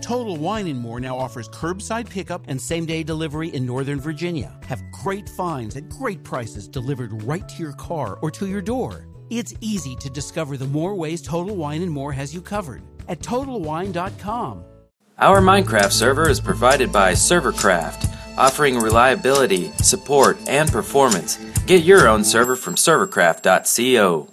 Total Wine and More now offers curbside pickup and same day delivery in Northern Virginia. Have great finds at great prices delivered right to your car or to your door. It's easy to discover the more ways Total Wine and More has you covered at TotalWine.com. Our Minecraft server is provided by Servercraft, offering reliability, support, and performance. Get your own server from servercraft.co.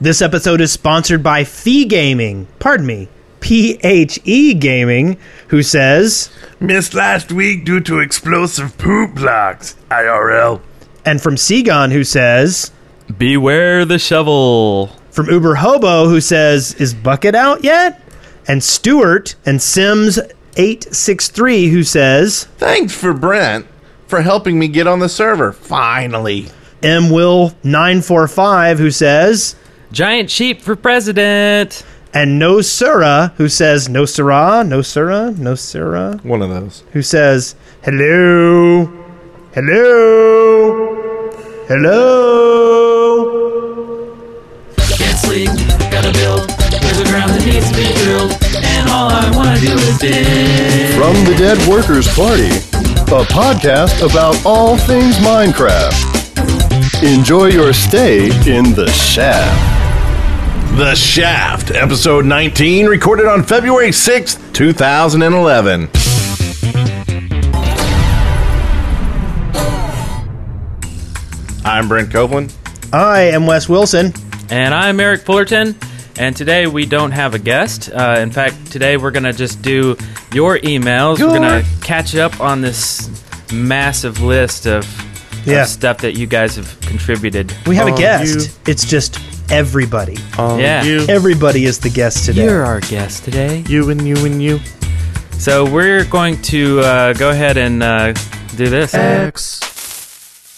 This episode is sponsored by Fee Gaming. Pardon me, PHE Gaming, who says, Missed last week due to explosive poop blocks. IRL. and from Seagon, who says, Beware the shovel. from Uber Hobo, who says, is Bucket out yet? And Stewart and Sims863, who says, Thanks for Brent for helping me get on the server. Finally. M Will945, who says, Giant sheep for president. and No Sura, who says, No Sura, No Sura, No Sura. One of those. who says, Hello, hello, hello. Can't sleep, gotta build. There's a ground that needs to be drilled, and all I wanna do is dig. From the Dead Workers Party, a podcast about all things Minecraft. Enjoy your stay in the shaft. The Shaft, episode 19, recorded on February 6th, 2011. I'm Brent Copeland. I am Wes Wilson. And I'm Eric Fullerton. And today we don't have a guest. Uh, in fact, today we're going to just do your emails. We're going to catch up on this massive list of, of Yeah. stuff that you guys have contributed. We have a Oh, guest. It's just everybody. yeah. Everybody is the guest today. You're our guest today. You and you and you. So we're going to uh, go ahead and uh, do this.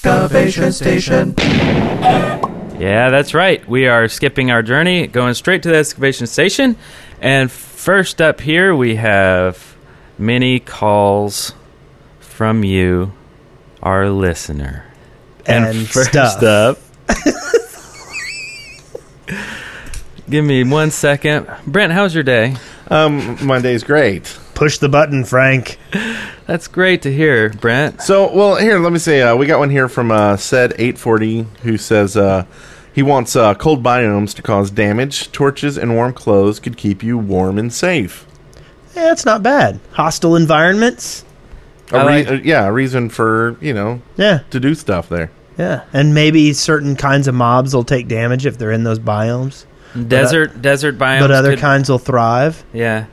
Excavation station. Yeah, that's right. We are skipping our journey, going straight to the excavation station. And first up here, we have many calls from you, our listener. and first stuff. up, give me one second. Brent, how's your day? Um, my day's great. Push the button, Frank. That's great to hear, Brent. So, well, here, let me say, uh, we got one here from uh, said 840 who says uh, he wants uh, cold biomes to cause damage. Torches and warm clothes could keep you warm and safe. Yeah, that's Eh, not bad. Hostile environments. A I rea- like- uh, yeah, a reason for, you know, Yeah, to do stuff there. yeah. And maybe certain kinds of mobs will take damage if they're in those biomes, uh, Desert, desert biomes. but other could- kinds will thrive. Yeah.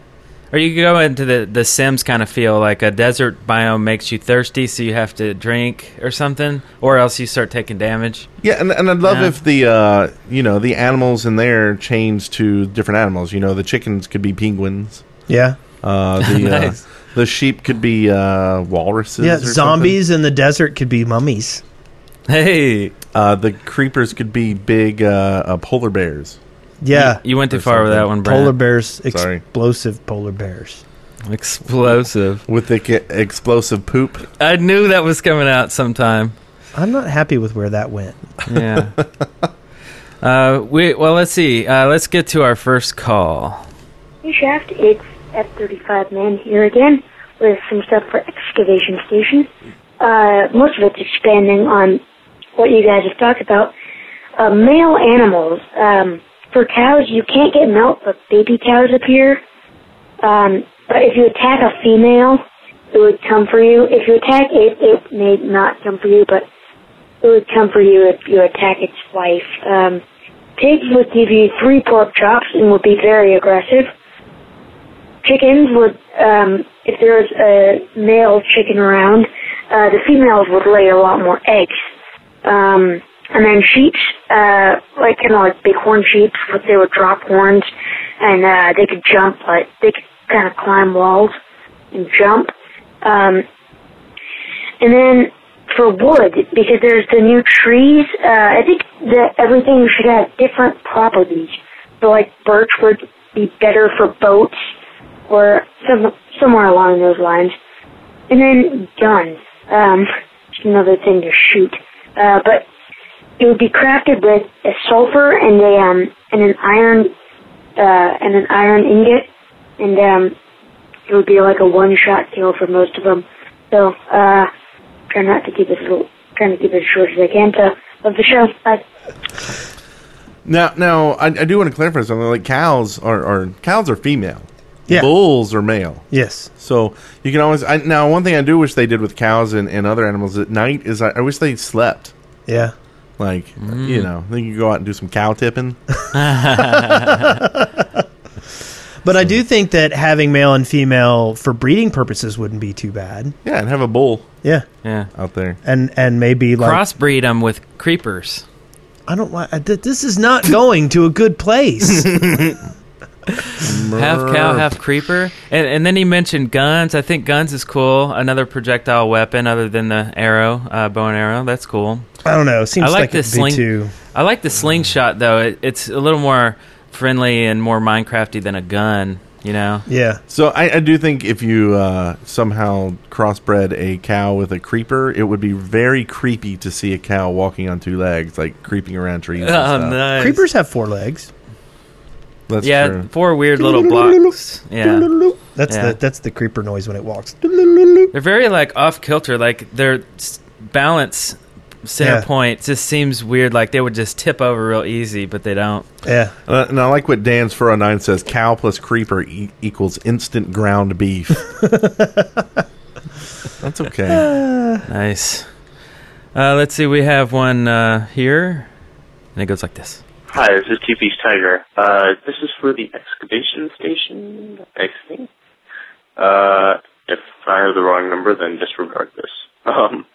Or you could go into the, the Sims kind of feel like a desert biome makes you thirsty, so you have to drink or something, or else you start taking damage. Yeah, and, and I'd love Yeah. if the, uh, you know, the animals in there change to different animals. You know, the chickens could be penguins. Yeah. Uh, the, Nice. uh, the sheep could be uh, walruses. Yeah, or something. zombies in the desert could be mummies. Hey, Uh, the creepers could be big uh, uh, polar bears. Yeah. you went too Or far with something. that one, Brent. Polar bears, Sorry. explosive polar bears. Explosive. With the ge- explosive poop. I knew that was coming out sometime. I'm not happy with where that went. Yeah. uh, we well, let's see. Uh, let's get to our first call. Hey Shaft, it's F35 Man here again with some stuff for Excavation Station. Uh, most of it's expanding on what you guys have talked about. Uh, male animals. Um, for cows, you can't get milk, but baby cows appear. Um, but if you attack a female, it would come for you. If you attack it, it may not come for you, but it would come for you if you attack its wife. Um, pigs would give you three pork chops and would be very aggressive chickens would, um, if there was a male chicken around, uh, the females would lay a lot more eggs. Um, and then sheep, uh, like kind of like bighorn sheep, but they would drop horns, and uh, they could jump, like they could kind of climb walls and jump. Um, and then for wood, because there's the new trees, uh, I think that everything should have different properties. So like birch would be better for boats or some, somewhere along those lines. And then guns, um, just another thing to shoot. Uh, but it would be crafted with a sulfur and a um and an iron uh and an iron ingot and um it would be like a one-shot kill for most of them. So, uh, try not to keep it as l- trying to keep it as short as I can. So, love the show. Bye. Now, now I, I do want to clarify something. Like cows are, are cows are female. Yeah. Bulls are male. Yes. So you can always I, now. One thing I do wish they did with cows and, and other animals at night is I, I wish they slept. Yeah. Like Mm. you know, then you could go out and do some cow tipping. But I do think that having male and female for breeding purposes wouldn't be too bad. Yeah, and have a bull Yeah. Yeah. out there. And and maybe like Crossbreed them with creepers. I don't want I- th- this is not going to a good place. Half cow, half creeper. And, and then he mentioned guns. I think guns is cool. Another projectile weapon other than the arrow, uh, bow and arrow. That's cool. I don't know. It seems I like like, the it'd sling. be too. I like the slingshot though. It, it's a little more friendly and more Minecrafty than a gun. You know. Yeah. So I, I do think if you uh, somehow crossbred a cow with a creeper, it would be very creepy to see a cow walking on two legs, like creeping around trees. and Oh, stuff. nice. Creepers have four legs. That's Yeah, true. four weird little blocks. Yeah. That's Yeah. the that's the creeper noise when it walks. They're very like off kilter. Like their s- balance center Yeah. point just seems weird. Like they would just tip over real easy, but they don't. Yeah. Uh, and I like what Dan's 409 says cow plus creeper e- equals instant ground beef. That's okay. Nice. Uh, let's see. We have one uh, here, and it goes like this. Hi, this is Two Piece Tiger. Uh, this is for the excavation station, I think. Uh, if I have the wrong number, then disregard this. Um,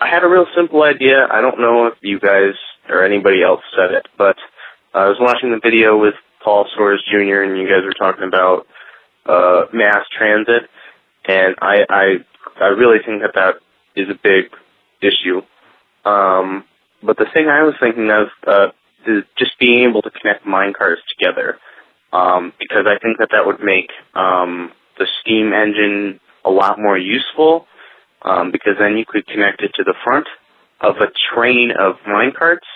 I had a real simple idea. I don't know if you guys or anybody else said it, but I was watching the video with Paul Soares Jr., and you guys were talking about uh, mass transit, and I, I, I really think that that is a big issue. Um, but the thing I was thinking of uh, is just being able to connect mine cars together, um, because I think that that would make um, the steam engine a lot more useful, um, because then you could connect it to the front of a train of mine carts,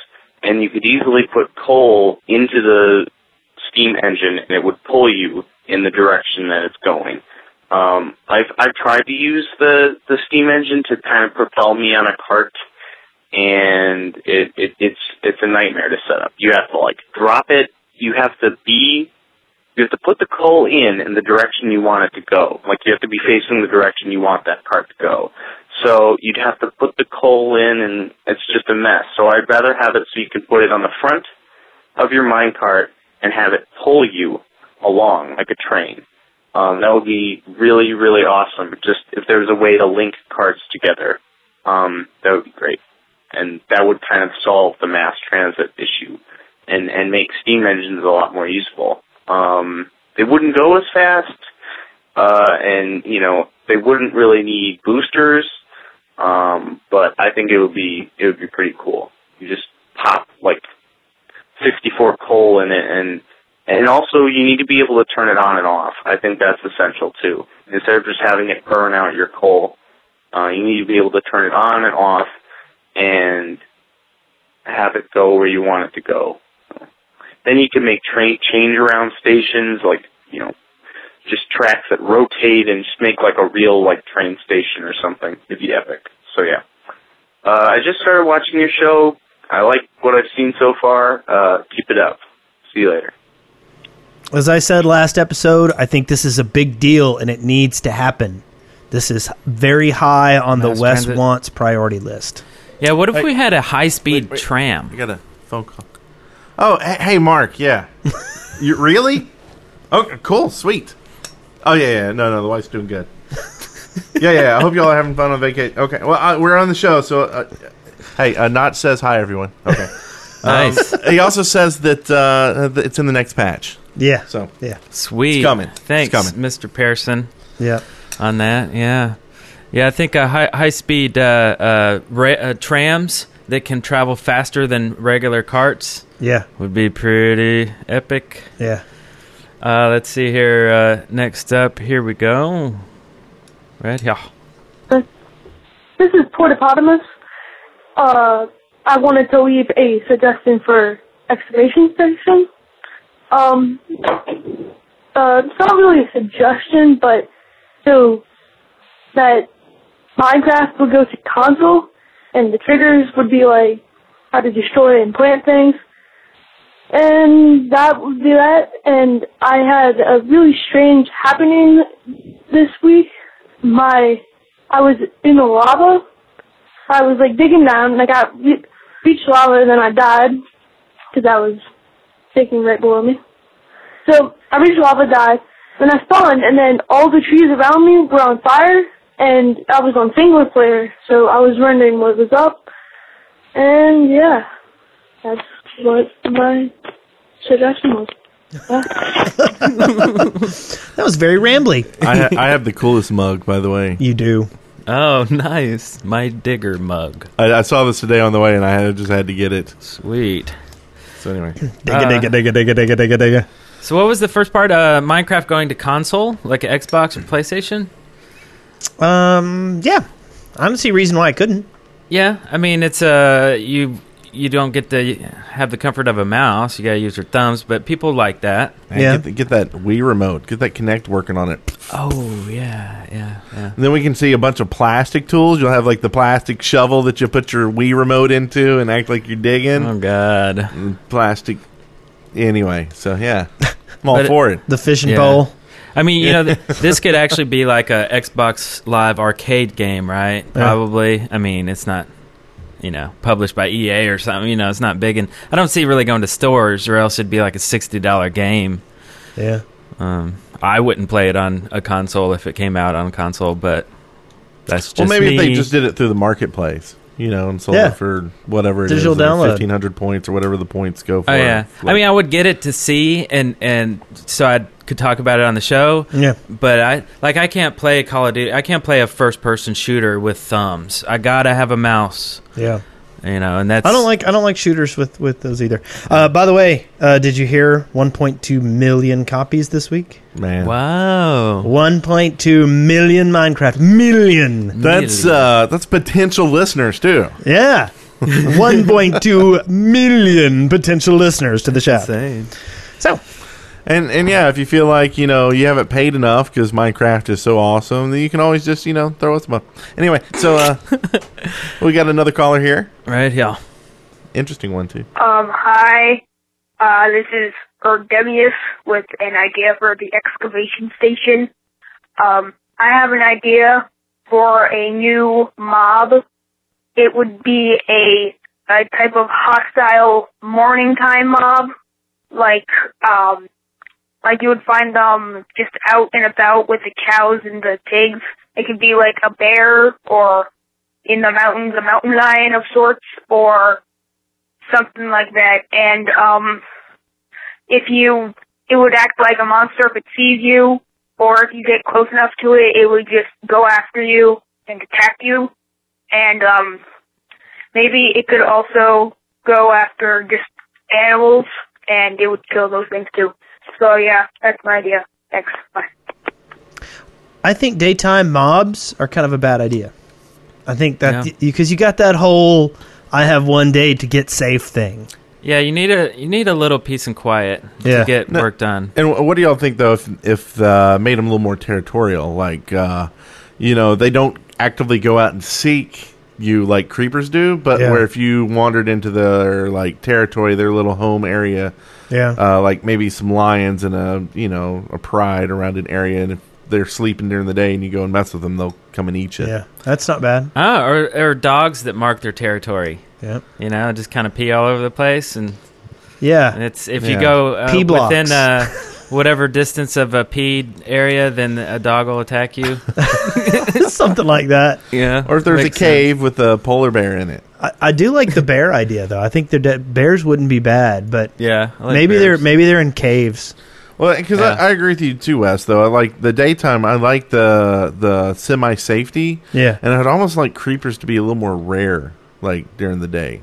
and you could easily put coal into the steam engine, and it would pull you in the direction that it's going. Um, I've I've tried to use the the steam engine to kind of propel me on a cart and it, it it's it's a nightmare to set up. You have to like drop it. You have to be you have to put the coal in in the direction you want it to go. Like you have to be facing the direction you want that cart to go. So you'd have to put the coal in, and it's just a mess. So I'd rather have it so you can put it on the front of your mine cart and have it pull you along like a train. Um, that would be really really awesome. Just if there was a way to link carts together, um, that would be great and that would kind of solve the mass transit issue and and make steam engines a lot more useful. Um, they wouldn't go as fast, uh, and you know they wouldn't really need boosters, um, but I think it would be it would be pretty cool. You just pop like 64 coal in it and and also you need to be able to turn it on and off. I think that's essential too. Instead of just having it burn out your coal, uh, you need to be able to turn it on and off and have it go where you want it to go. Then you can make train change around stations, like you know, just tracks that rotate and just make like a real like train station or something. It'd be epic. So yeah, uh, I just started watching your show. I like what I've seen so far. Uh, keep it up. See you later. As I said last episode, I think this is a big deal and it needs to happen. This is very high on Mass the West transit. wants priority list. Yeah. What if we had a high speed wait, wait. I tram? got a phone call. Oh, hey, hey Mark. Yeah. you Really? Oh, cool. Sweet. Oh, yeah, yeah. No, no. The wife's doing good. yeah, yeah. I hope y'all are having fun on vacation. Okay. Well, uh, we're on the show, so. Uh, hey, uh, Notch says hi, everyone. Okay. Um, Nice. he also says that uh, that it's in the next patch. Yeah. So. yeah. Sweet. It's coming. It's Thanks, coming. Mr. Pearson, Yeah. on that. Yeah. Yeah. I think uh, high high speed uh, uh, ra- uh, trams that can travel faster than regular carts Yeah. would be pretty epic. Yeah. Uh, let's see here. Uh, next up, here we go. Right? Yeah. This is Portopotamus. Uh, I wanted to leave a suggestion for excavation station. Um, uh, it's not really a suggestion, but So that Minecraft would go to console, and the triggers would be like how to destroy and plant things, and that would be that. And I had a really strange happening this week. My I was in the lava. I was like digging down, and I got re- reached lava, and then I died because I was sinking right below me. So I reached lava, died, then I spawned, and then all the trees around me were on fire, and I was on single player, so I was wondering what was up, and yeah, that's what my suggestion was. That was very rambly. I, ha- I have the coolest mug, by the way. You do. Oh, nice. My digger mug. I, I saw this today on the way, and I had- just had to get it. Sweet. So anyway, Digga, digga, digga, digga, digga, digga, digga. So what was the first part? Uh, Minecraft going to console, like Xbox or PlayStation? Um, yeah. I don't see a reason why I couldn't. Yeah, I mean it's uh you you don't get to have the comfort of a mouse. You got to use your thumbs, but people like that. Man, Yeah. Uh, get, the- get that Wii remote, get that Connect working on it. Oh yeah, yeah, yeah. And then we can see a bunch of plastic tools. You'll have like the plastic shovel that you put your Wii remote into and act like you're digging. Oh god. Plastic. Anyway, so yeah, I'm all But it- for it. The fishing Yeah. pole. I mean, you know, th- this could actually be like a Xbox Live arcade game, right? Probably. I mean, it's not you know published by EA or something. You know, it's not big, and I don't see it really going to stores, or else it'd be like a sixty dollar game. Yeah. Um, I wouldn't play it on a console if it came out on console, but that's just well, maybe if they me. just did it through the marketplace, you know, and sold Yeah. it for whatever it is, Digital like download. 1500 points or whatever the points go for. Oh yeah, Like- I mean, I would get it to see, and and so I could talk about it on the show. Yeah. But I like I can't play Call of Duty. I can't play a first person shooter with thumbs. I gotta have a mouse, Yeah. you know, and that's I don't like I don't like shooters with with those either. Uh, by the way, uh, did you hear 1.2 million copies this week? man. Wow. 1.2 million Minecraft million. That's uh, that's potential listeners too. Yeah. 1.2 million potential listeners to the show. Insane. So, And and yeah, if you feel like you know you haven't paid enough because Minecraft is so awesome, then you can always just you know throw us a bone. Anyway, so uh, we got another caller here. Right, yeah. Interesting one too. Um, hi. Uh, this is Gogemius with an idea for the excavation station. Um, I have an idea for a new mob. It would be a, a type of hostile morning time mob. Like, um, like you would find them just out and about with the cows and the pigs. It could be like a bear or in the mountains, a mountain lion of sorts, or something like that. And um, if you, it would act like a monster if it sees you, or if you get close enough to it, it would just go after you and attack you. And um, maybe it could also go after just animals, and it would kill those things too. So yeah, that's my idea. Thanks. Bye. I think daytime mobs are kind of a bad idea. I think that Yeah. because you got that whole I have one day to get safe thing. Yeah, you need a you need a little peace and quiet Yeah. to get No. work done. And wh- what do y'all think though? If if uh, made them a little more territorial, like uh, you know they don't actively go out and seek you like creepers do, but Yeah. where if you wandered into their like territory, their little home area, Yeah. uh, like maybe some lions and a you know a pride around an area, and if they're sleeping during the day and you go and mess with them, they'll come and eat you. yeah. That's not bad. Ah, or or dogs that mark their territory. Yeah. You know, just kind of pee all over the place and And Yeah. it's if Yeah. you go uh, Pee blocks. within uh, whatever distance of a pee area, then a dog will attack you. Something like that. yeah. Or if there's Makes a cave with a polar bear in it. I, I do like the bear idea though. I think the de- bears wouldn't be bad, but sense. Yeah. I like maybe they're bears. maybe they're in caves. Well, because Yeah. I, I agree with you too, Wes. Though I like the daytime. I like the the semi safety. Yeah. and I'd almost like creepers to be a little more rare, like during the day.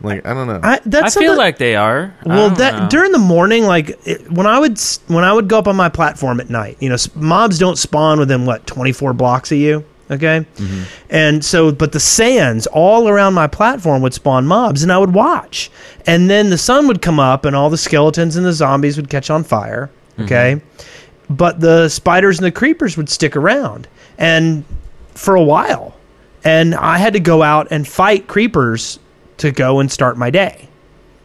Like I don't know. I I that's feel something- like they are. I well don't that know. during the morning like it, when I would s- when I would go up on my platform at night, you know, s- mobs don't spawn within what 24 blocks of you, okay? Mm-hmm. And so but the sands all around my platform would spawn mobs and I would watch. Mm-hmm. And then the sun would come up and all the skeletons and the zombies would catch on fire, okay? but the spiders and the creepers would stick around and for a while. And I had to go out and fight creepers to go and start my day.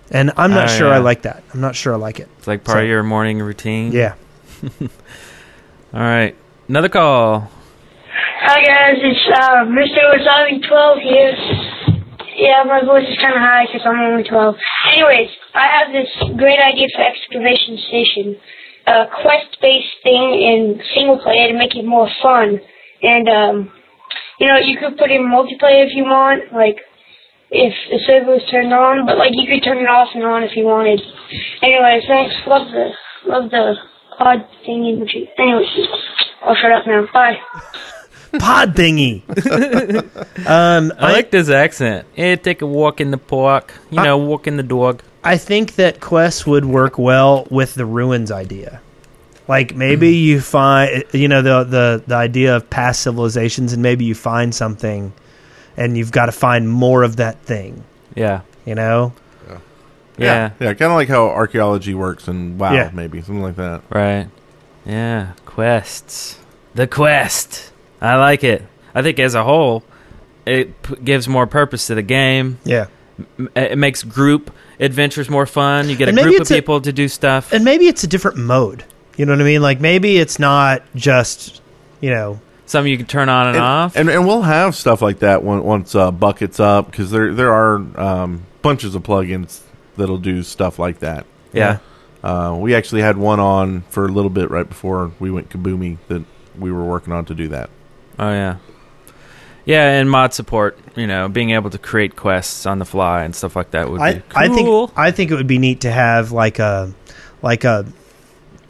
And I'm not Oh, sure I yeah. like that. I'm not sure I like it. It's like part of your morning routine. Yeah. All right. Another call. Hi guys, it's uh, Mr. Wasabi 12 here. Yeah, my voice is kind of high because I'm only 12. Anyways, I have this great idea for excavation station, a quest-based thing in single player to make it more fun. And um, you know, you could put in multiplayer if you want, like if the server was turned on, but like you could turn it off and on if you wanted. Anyways, thanks. Love the love the odd thing imagery. Anyways, I'll shut up now. Bye. Pod thingy. um, I, like this accent. Eh, take a walk in the park. You know, walk in the dog. I think that quests would work well with the ruins idea. Like maybe Hmm. you find you know the the the idea of past civilizations and maybe you find something and you've got to find more of that thing. Yeah. You know? Yeah, yeah kind of like how archaeology works and wow, Yeah. maybe something like that. Right. Yeah. Quests. The quest. I like it. I think as a whole, it p- gives more purpose to the game. Yeah. M- It makes group adventures more fun. You get And a maybe group of it's a- people to do stuff. And maybe it's a different mode. You know what I mean? Like maybe it's not just, you know, Some you can turn on and, and, off. And, and we'll have stuff like that when, once uh, buckets up because there there are um, bunches of plugins that'll do stuff like that. Yeah. Uh, we actually had one on for a little bit right before we went kaboomy that we were working on to do that. Oh yeah, yeah, and mod support. You know, being able to create quests on the fly and stuff like that would I, be. Cool. I think I think it would be neat to have like a like a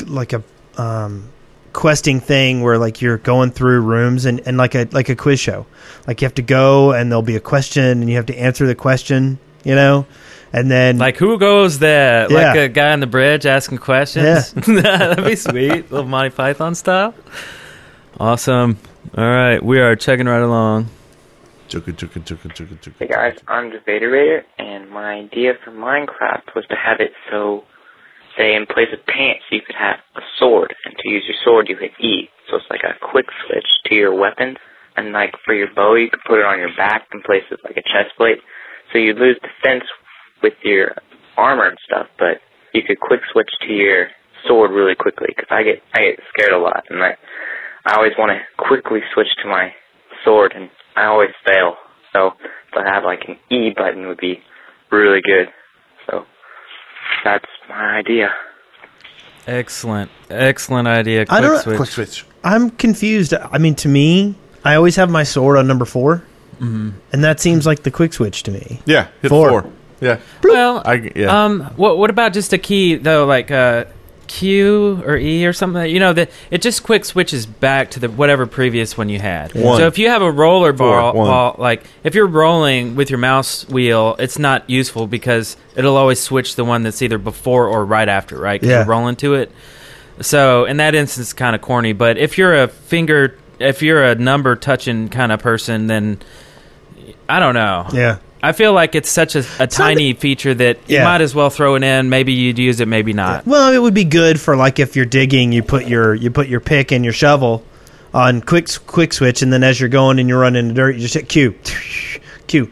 like a um, questing thing where like you're going through rooms and, and like a like a quiz show. Like you have to go and there'll be a question and you have to answer the question, you know? And then Like who goes there? Like Yeah. a guy on the bridge asking questions. That'd be sweet, little Monty Python style. Awesome. All right, we are chugging right along. Chugga chugga chugga chugga chugga. Hey guys, I'm the Vader and my idea for Minecraft was to have it so, say, in place of pants, you could have a sword, and to use your sword, you hit E. So it's like a quick switch to your weapons, and like for your bow, you could put it on your back in place of like a chest plate, so you lose defense with your armor and stuff, but you could quick switch to your sword really quickly, because I get, I get scared a lot, and I, I always want to quickly switch to my sword, and I always fail. So to have like an E button would be really good. So that's my idea. Excellent, excellent idea. Quick I don't- switch. Quick switch. I'm confused. I mean to me, I always have my sword on number 4. Mhm. And that seems like the quick switch to me. Yeah, hit four. Yeah. Well, I, yeah. Um, what what about just a key though, like uh, Q or E or something? You know, that it just quick switches back to the whatever previous one you had. One. So if you have a roller Four, ball, one. ball, like if you're rolling with your mouse wheel, it's not useful because it'll always switch the one that's either before or right after, right? 'Cause Yeah. you're rolling to it. So in that instance, kind of corny. But if you're a finger, if you're a number touching kind of person, then I don't know. Yeah. I feel like it's such a, a tiny feature that you Yeah. might as well throw it in. Maybe you'd use it, maybe not. Well, it would be good for like if you're digging, you put your you put your pick and your shovel on quick quick switch, and then as you're going and you're running the dirt, you just hit Q, Q. You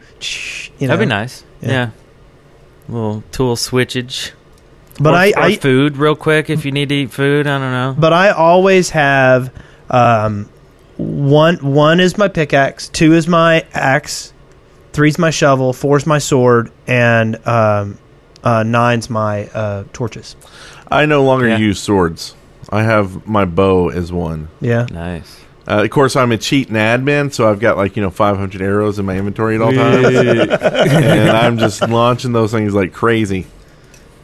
know? That'd be nice. Yeah. Little tool switchage. But Or- I- or I- food real quick if you need to eat food. I don't know. But I always have um, one one is my pickaxe, two is my axe, three's my shovel, four's my sword, and um, uh, nine's my uh, torches. I no longer use swords. I have my bow as one. Yeah. Nice. Uh, of course, I'm a cheat and admin, so I've got like you know 500 arrows in my inventory at all times, and I'm just launching those things like crazy,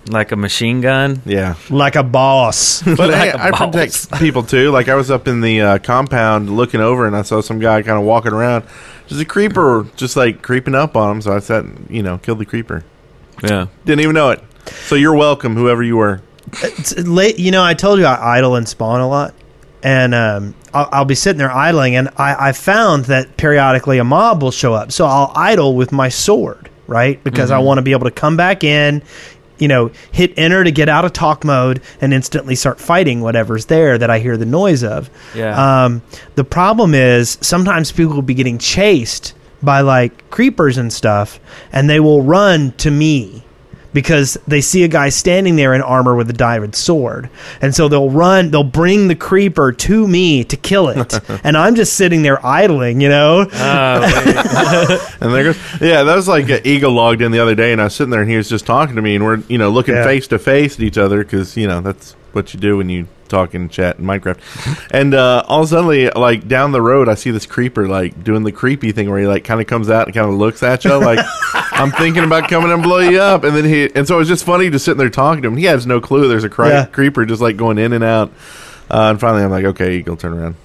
like a machine gun. Yeah, like a boss. But Like hey, a I protect people too. Like I was up in the uh, compound looking over, and I saw some guy kind of walking around. There's a creeper just like creeping up on him, so I sat, and, you know, killed the creeper. Yeah, didn't even know it. So you're welcome, whoever you were. it's late. You know, I told you I idle and spawn a lot, and um, I'll, I'll be sitting there idling, and I, I found that periodically a mob will show up, so I'll idle with my sword, right? Because I Mhm. want to be able to come back in, you know, hit enter to get out of talk mode and instantly start fighting whatever's there that I hear the noise of. Yeah. Um, the problem is sometimes people will be getting chased by like creepers and stuff, and they will run to me because they see a guy standing there in armor with a diamond sword. And so they'll run, they'll bring the creeper to me to kill it. and I'm just sitting there idling, you know? Ah. and there goes yeah that was like uh, eagle logged in the other day and i was sitting there and he was just talking to me and we're you know looking Yeah. face to face at each other because you know that's what you do when you talk and chat in minecraft and uh all of a sudden like down the road i see this creeper like doing the creepy thing where he like kind of comes out and kind of looks at you like i'm thinking about coming and blow you up and then he and so it was just funny just sitting there talking to him he has no clue there's a cri- Yeah. creeper just like going in and out uh, and finally i'm like okay eagle turn around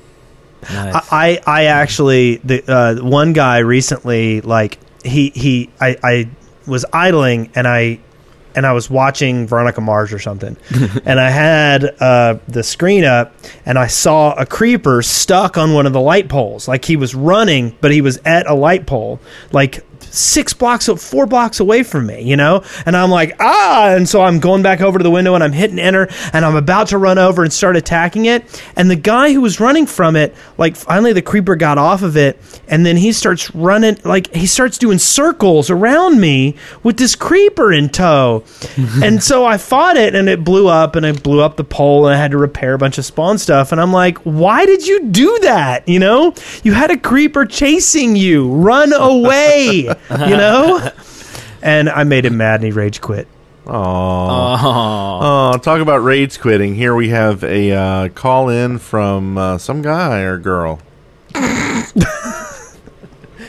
I, I I actually the uh, one guy recently like he he I, I was idling and I and I was watching Veronica Mars or something and I had uh, the screen up and I saw a creeper stuck on one of the light poles like he was running but he was at a light pole like six blocks or four blocks away from me, you know? And I'm like, ah! And so I'm going back over to the window and I'm hitting enter and I'm about to run over and start attacking it. And the guy who was running from it, like, finally the creeper got off of it and then he starts running, like, he starts doing circles around me with this creeper in tow. and so I fought it and it blew up and it blew up the pole and I had to repair a bunch of spawn stuff. And I'm like, why did you do that? You know? You had a creeper chasing you. Run away. you know? And I made him mad and he rage quit. Oh, talk about raids quitting. Here we have a uh, call in from uh, some guy or girl.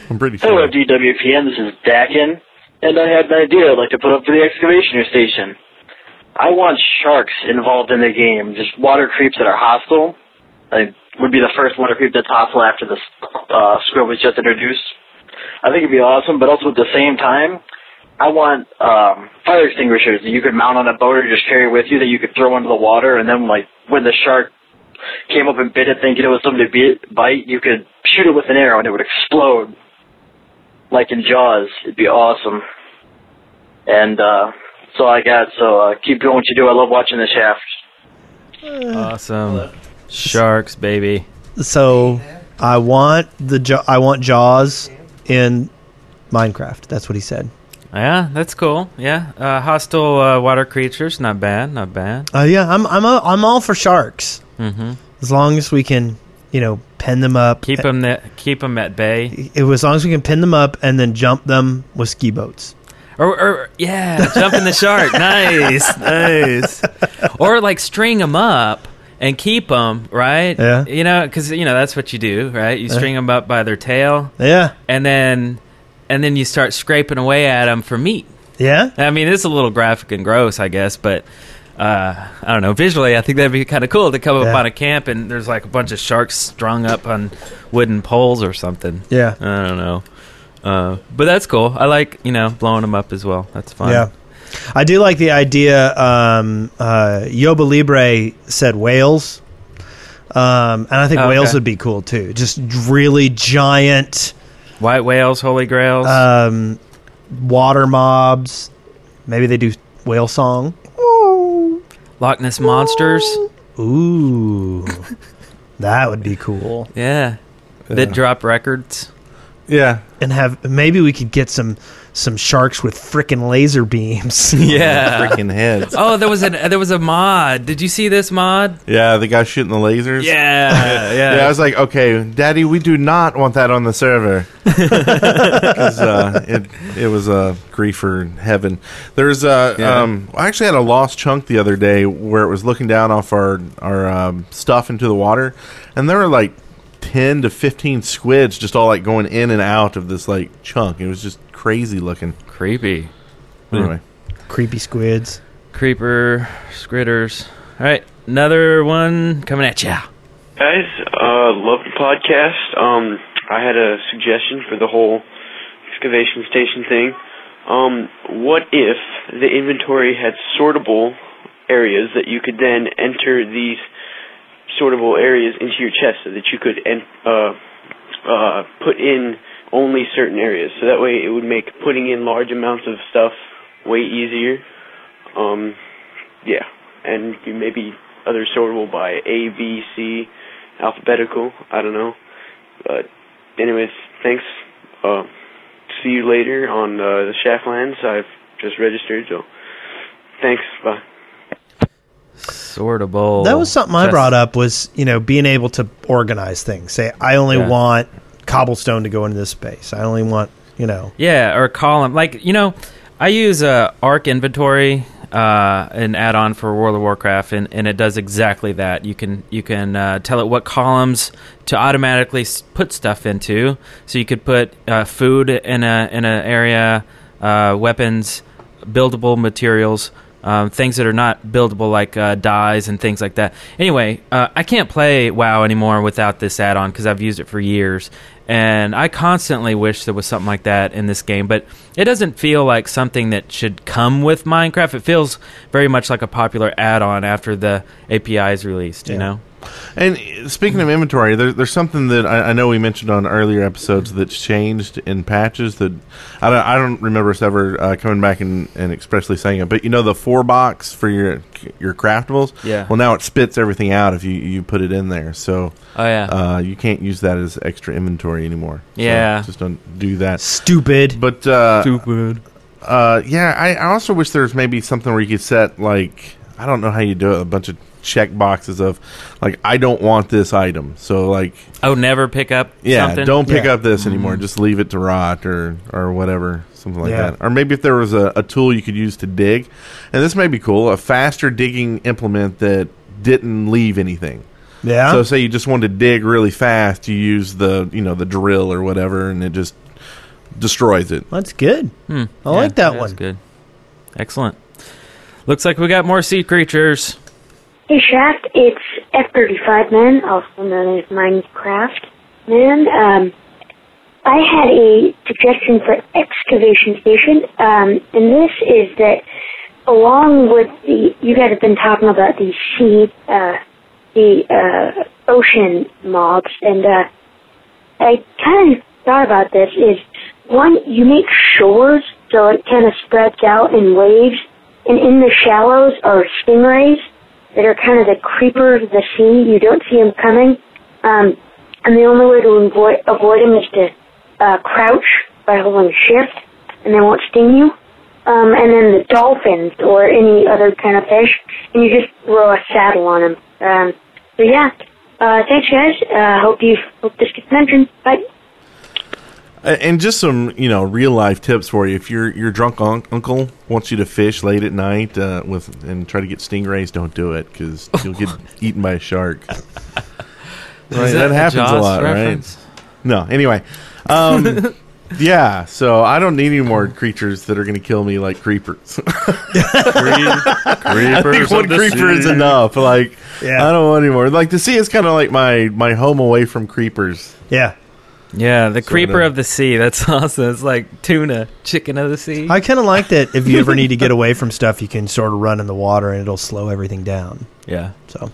I'm pretty sure. Hello, DWPN. This is Dakin, and I had an idea I'd like to put up for the excavationer station. I want sharks involved in the game, just water creeps that are hostile. I would be the first water creep that's hostile after this uh, squid was just introduced. I think it'd be awesome, but also at the same time, I want um, fire extinguishers that you could mount on a boat or just carry with you that you could throw into the water, and then like when the shark came up and bit it, thinking it was something to bit, bite, you could shoot it with an arrow and it would explode like in Jaws. It'd be awesome. And uh, that's all I got. So uh, keep doing what you do. I love watching the Shaft. Awesome. Sharks, baby. So I want the Ja- I want Jaws in Minecraft. That's what he said. Yeah, that's cool. Yeah. Uh, hostile uh, water creatures. Not bad. Not bad. Uh, yeah, I'm I'm a, I'm all for sharks. Mhm. As long as we can, you know, pin them up. Keep them, keep 'em at bay. It was as long as we can pin them up and then jump them with ski boats. Or, or yeah, jumping the shark. Nice, nice. Or like string them up and keep them right. Yeah. You know, because you know that's what you do, right? You Yeah. string them up by their tail, Yeah, and then and then you start scraping away at them for meat. yeah. I mean, it's a little graphic and gross, I guess, but uh, I don't know. Visually, I think that'd be kind of cool to come up Yeah. on a camp and there's like a bunch of sharks strung up on wooden poles or something. Yeah. I don't know. Uh, but that's cool. I like, you know, blowing them up as well. That's fun. Yeah. I do like the idea. Um, uh, Yoba Libre said whales. Um, and I think Oh, whales okay. would be cool too. Just really giant white whales, holy grails, um, water mobs. Maybe they do whale song. Loch Ness monsters. Ooh, that would be cool. Yeah. That drop records. Yeah, and have maybe we could get some some sharks with frickin' laser beams. Yeah. heads. Oh, there was an there was a mod. Did you see this mod? Yeah, the guy shooting the lasers. Yeah, yeah. I was like, okay, Daddy, we do not want that on the server. 'Cause, uh, it it was a uh, grief for heaven. There's uh, Yeah. um, I actually had a lost chunk the other day where it was looking down off our our um, stuff into the water, and there were like ten to fifteen squids just all like going in and out of this like chunk. It was just crazy looking, creepy. Anyway, Creepy squids. Creeper, squitters. All right, another one coming at ya. Guys, uh, love the podcast. Um, I had a suggestion for the whole excavation station thing. Um, what if the inventory had sortable areas that you could then enter these sortable areas into your chest so that you could en- uh, uh, put in only certain areas? So that way it would make putting in large amounts of stuff way easier. Um, yeah, and you maybe other sortable by A, B, C, alphabetical. I don't know. But anyways, thanks. Uh, see you later on uh, the Shacklands. I've just registered, so thanks. Bye. Sortable. that was something I That's- brought up was you know being able to organize things. Say I only Yeah. want cobblestone to go into this space. I only want you know Yeah, or column. Like you know, I use uh, Arc Inventory, uh, an add-on for World of Warcraft, and, and it does exactly that. You can you can uh, tell it what columns to automatically s- put stuff into. So you could put uh, food in a in an area, uh, weapons, buildable materials. Um, things that are not buildable, like uh, dyes and things like that. Anyway, uh, I can't play WoW anymore without this add-on because I've used it for years, and I constantly wish there was something like that in this game, but it doesn't feel like something that should come with Minecraft. It feels very much like a popular add-on after the API is released, you know? And uh, speaking of inventory, there, there's something that I, I know we mentioned on earlier episodes that's changed in patches that I don't, I don't remember us ever uh, coming back and, and expressly saying it. But you know the four box for your your craftables. Yeah. Well, now it spits everything out if you, you put it in there. So. Oh, yeah. Uh, you can't use that as extra inventory anymore. So Yeah. just don't do that. Stupid. But uh, stupid. Uh, yeah, I, I also wish there was maybe something where you could set like I don't know how you do it, a bunch of check boxes of like I don't want this item. So like Oh, never pick up yeah, something? don't pick Yeah. up this anymore. Mm. Just leave it to rot or or whatever, something like Yeah. that. Or maybe if there was a, a tool you could use to dig, and this may be cool, a faster digging implement that didn't leave anything. Yeah. So say you just wanted to dig really fast, you use the you know the drill or whatever, and it just destroys it. That's good. Hmm. I like that That's good. Excellent. Looks like we got more sea creatures. Hey Shaft, it's F35 Man, also known as Minecraft Man. Um, I had a suggestion for excavation station, um, and this is that along with the you guys have been talking about the sea, uh, the uh, ocean mobs, and uh, I kind of thought about this is one you make shores so it kind of spreads out in waves, and in the shallows are stingrays that are kind of the creepers of the sea. You don't see them coming, um, and the only way to avoid avoid them is to uh, crouch by holding shift, and they won't sting you. Um, and then the dolphins or any other kind of fish, and you just throw a saddle on them. Um, so yeah, uh, thanks guys. Uh, hope you hope this gets mentioned. Bye. A- And just some, you know, real life tips for you. If your your drunk un- uncle wants you to fish late at night uh, with and try to get stingrays, don't do it because you'll get eaten by a shark. right, that that, the happens a Jaws lot, reference? right? No, anyway, um, yeah. So I don't need any more creatures that are going to kill me like creepers. I think Creepers one of the creeper is sea. enough. Like I don't want any more. Like the sea is kind of like my my home away from creepers. Yeah. Yeah, Uh, the Sorta. creeper of the sea. That's awesome. It's like tuna, chicken of the sea. I kind of like that. If you ever need to get away from stuff, you can sort of run in the water and it'll slow everything down. Yeah. So.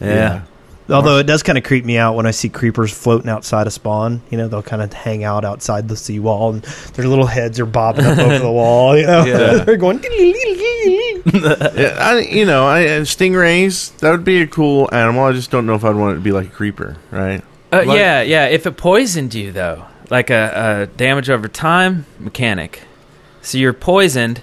Yeah. Although it does kind of creep me out when I see creepers floating outside of spawn. You know, they'll kind of hang out outside the seawall and their little heads are bobbing up over the wall. You know, Yeah. they're going. yeah, I, you know, I, uh, stingrays. That would be a cool animal. I just don't know if I'd want it to be like a creeper, right? Uh, Like- yeah, yeah. If it poisoned you, though, like a, a damage over time mechanic, so you're poisoned.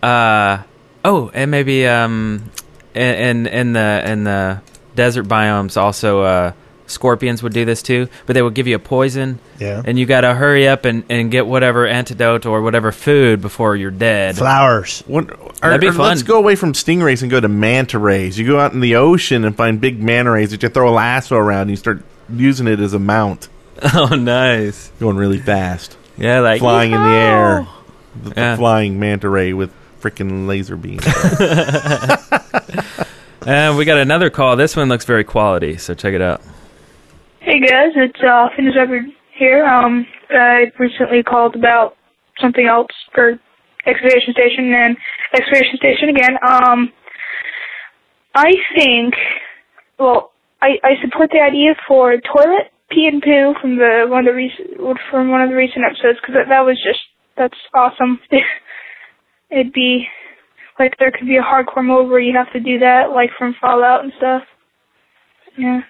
Uh oh, and maybe um, in in- in the in the desert biomes also uh, scorpions would do this too, but they would give you a poison. Yeah. and you got to hurry up and, and get whatever antidote or whatever food before you're dead. Flowers. What, That'd be fun. Let's go away from stingrays and go to manta rays. You go out in the ocean and find big manta rays that you throw a lasso around and you start using it as a mount. Oh, nice! Going really fast. Yeah, like flying in the air. The, the Yeah. flying manta ray with freaking laser beams. And we got another call. This one looks very quality, so check it out. Hey guys, it's uh, Finn's Record here. Um, I recently called about something else for excavation station and excavation station again. Um, I think, well, I, I support the idea for toilet pee and poo from the one of the recent from one of the recent episodes because that, that was just that's awesome. It'd be Like there could be a hardcore mode where you have to do that, like from Fallout and stuff. Yeah.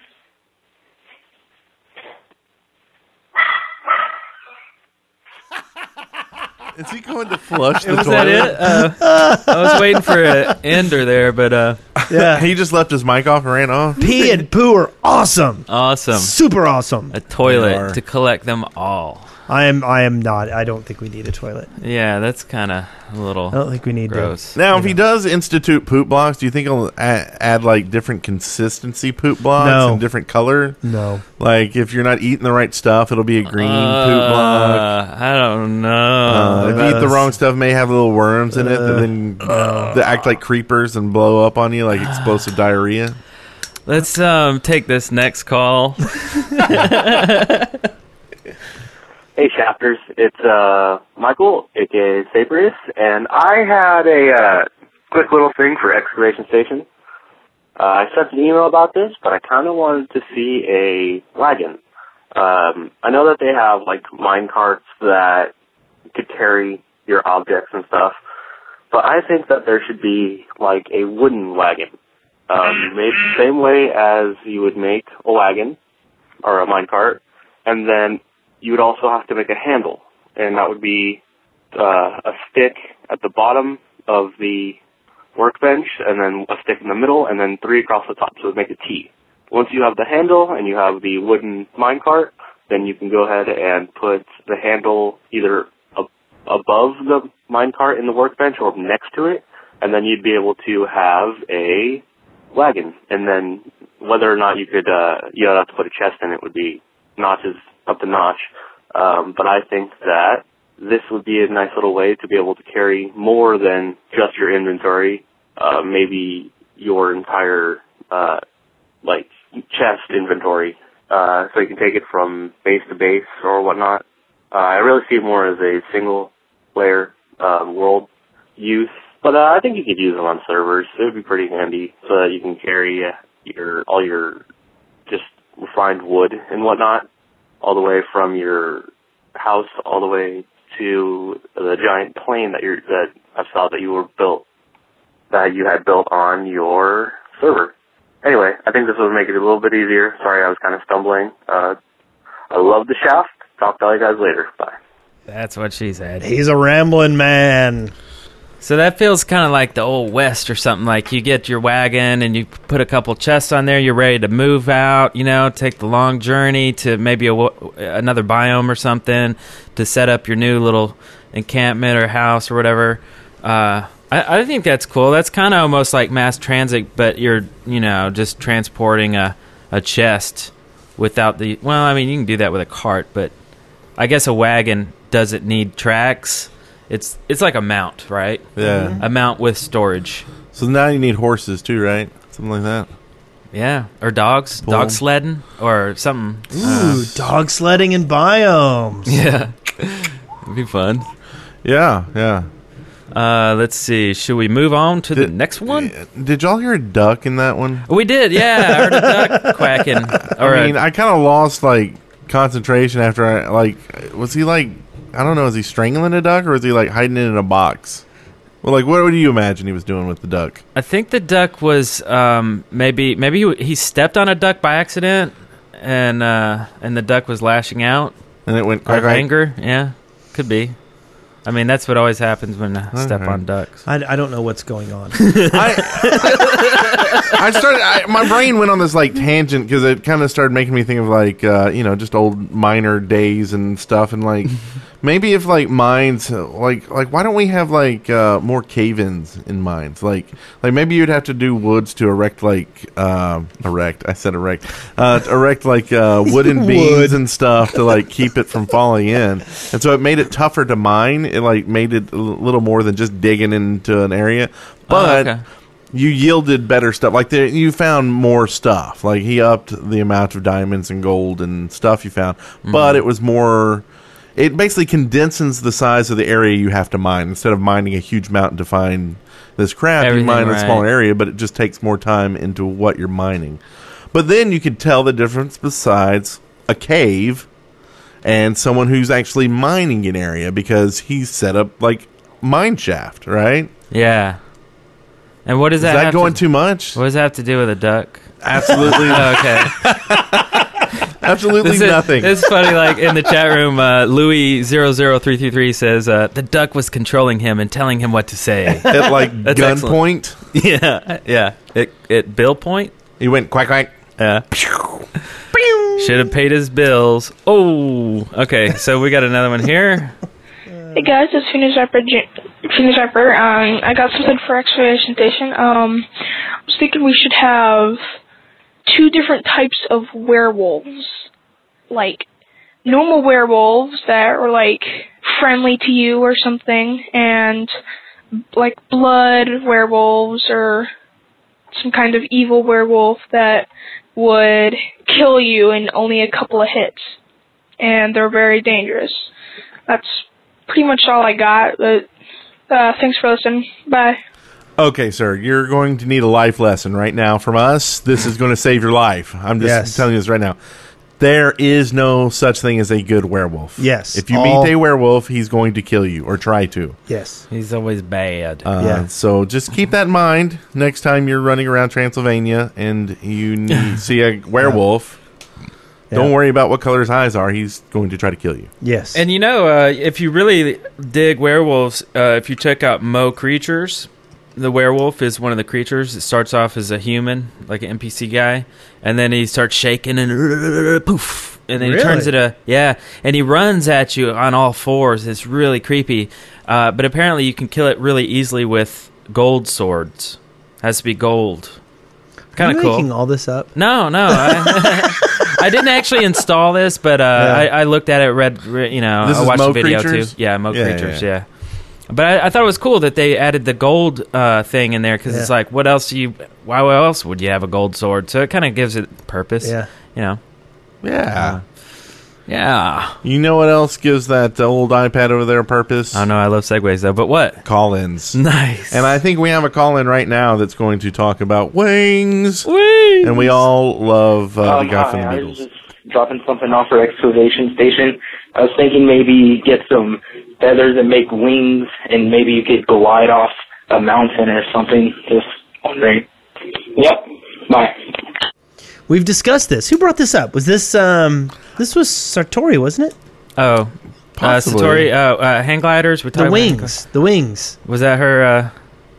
Is he going to flush the was that toilet? it? Uh, I was waiting for an ender there, but uh, Yeah. he just left his mic off and ran off. Pee and poo are awesome. awesome. Super awesome. A They are. toilet to collect them all. I am. I am not. I don't think we need a toilet. Yeah, that's kind of a little. I don't think we need to. gross. Now, if he does institute poop blocks, do you think he'll add, add like different consistency poop blocks No. and different color? No. Like if you're not eating the right stuff, it'll be a green poop block. Uh, I don't know. Uh, if you eat the wrong stuff, may have little worms in it that then Uh, they act like creepers and blow up on you like explosive diarrhea. Let's um take this next call. Hey, chapters. It's uh, Michael, aka Sabrius, and I had a uh, quick little thing for Excavation Station. Uh, I sent an email about this, but I kind of wanted to see a wagon. Um, I know that they have like mine carts that could carry your objects and stuff, but I think that there should be like a wooden wagon, um, made the same way as you would make a wagon or a mine cart, and then you would also have to make a handle, and that would be uh, a stick at the bottom of the workbench, and then a stick in the middle, and then three across the top, so it would make a T. Once you have the handle and you have the wooden minecart, then you can go ahead and put the handle either ab- above the minecart in the workbench or next to it, and then you'd be able to have a wagon. And then whether or not you could, uh, you'd have to put a chest in it would be notches up the notch. Um, but I think that this would be a nice little way to be able to carry more than just your inventory, uh, maybe your entire, uh, like chest inventory, uh, so you can take it from base to base or whatnot. Uh, I really see it more as a single player, uh, world use, but uh, I think you could use them on servers. It would be pretty handy so that you can carry uh, your, all your just refined wood and whatnot all the way from your house all the way to the giant plane that you're that I saw that you were built that you had built on your server. Anyway, I think this will make it a little bit easier. Sorry, I was kind of stumbling. Uh, I love the shaft. Talk to all you guys later. Bye. That's what she said. He's a rambling man. So that feels kind of like the old west or something. Like you get your wagon and you put a couple chests on there. You're ready to move out. You know, take the long journey to maybe a, wa- another biome or something to set up your new little encampment or house or whatever. Uh, I, I think that's cool. That's kind of almost like mass transit, but you're you know just transporting a a chest without the. Well, I mean you can do that with a cart, but I guess a wagon doesn't need tracks. It's it's like a mount, right? Yeah. A mount with storage. So now you need horses too, right? Something like that. Yeah, or dogs, Pull. dog sledding, or something. Ooh, dog sledding in biomes. Yeah, it'd be fun. Yeah, yeah. Uh, let's see. Should we move on to the next one? Did y'all hear a duck in that one? We did. Yeah, I heard a duck quacking. Or I mean, I kind of lost like concentration after I like. Was he like? I don't know. Is he strangling a duck or is he like hiding it in a box? Well, like, what would you imagine he was doing with the duck? I think the duck was um, maybe maybe he, he stepped on a duck by accident, and uh, and the duck was lashing out. And it went out of quack, quack. anger. Yeah, could be. I mean, that's what always happens when I step Okay. on ducks. I, I don't know what's going on. I started. I, my brain went on this like tangent because it kind of started making me think of like uh, you know just old miner days and stuff, and like maybe if like mines like like why don't we have like uh, more cave-ins in mines? Like like maybe you'd have to do woods to erect like uh, erect. I said erect. Uh, to erect like uh, wooden Wood. beams and stuff to like keep it from falling in, and so it made it tougher to mine. It like made it a little more than just digging into an area, but okay. you yielded better stuff. Like there, you found more stuff. Like he upped the amount of diamonds and gold and stuff you found, Mm-hmm. but it was more. It basically condenses the size of the area you have to mine. Instead of mining a huge mountain to find this crap, Everything you mine a right. smaller area, but it just takes more time into what you're mining. But then you could tell the difference besides a cave and someone who's actually mining an area because he set up like mine shaft, right? Yeah. And what does Is that? that have going to, too much? What does that have to do with a duck? Oh, Absolutely. okay. Absolutely This is- nothing. It's funny. Like in the chat room, uh, Louis 00333 says uh, the duck was controlling him and telling him what to say At, like, That's excellent. gunpoint? Yeah, yeah. It it bill point. He went quack quack. Yeah. Should have paid his bills. Oh, okay. So we got another one here. Hey guys, it's Phoenix Rapper. J- Phoenix Rapper. Um, I got something for Exploration Station. Um, I was thinking we should have two different types of werewolves, like normal werewolves that are like friendly to you or something, and like blood werewolves or some kind of evil werewolf that would kill you in only a couple of hits, and they're very dangerous. That's pretty much all I got. But uh, thanks for listening. Bye. Okay, sir, you're going to need a life lesson right now from us. This is going to save your life. I'm just Yes. telling you this right now. There is no such thing as a good werewolf. Yes. If you All- meet a werewolf, he's going to kill you or try to. Yes. He's always bad. Uh, So just keep that in mind next time you're running around Transylvania and you n- see a werewolf. Don't Yeah. worry about what color his eyes are. He's going to try to kill you. Yes. And you know, uh, if you really dig werewolves, uh, if you check out Mo Creatures, the werewolf is one of the creatures. It starts off as a human, like an NPC guy, and then he starts shaking and poof, and then he turns Really? it a yeah, and he runs at you on all fours. It's really creepy, uh, but apparently you can kill it really easily with gold swords. Has to be gold. Kind Are of you cool. Making all this up. No, no. I, I didn't actually install this, but uh, I, I looked at it, read, re- you know, This I is watched Mo the video Creatures? too. Yeah, Mo Yeah, yeah, Creatures, yeah. yeah. But I, I thought it was cool that they added the gold uh, thing in there because it's Yeah. like, what else do you, why else would you have a gold sword? So it kind of gives it purpose. Yeah. You know? Uh, Yeah. Yeah. You know what else gives that old iPad over there a purpose? I know. I love segues though. But what? Call ins. Nice. And I think we have a call in right now that's going to talk about wings. Wings. And we all love Oh, uh, Um, the guy from hi, I the Beatles. was just dropping something off for excavation station. I was thinking maybe get some feathers and make wings, and maybe you could glide off a mountain or something. Just wondering. Yep. Bye. We've discussed this. Who brought this up? Was this um? This was Sartori, wasn't it? Oh. Uh, Possibly. Satori, uh, uh, hang gliders. We're The talking about hang wings. The wings. gliders. Was that her, uh,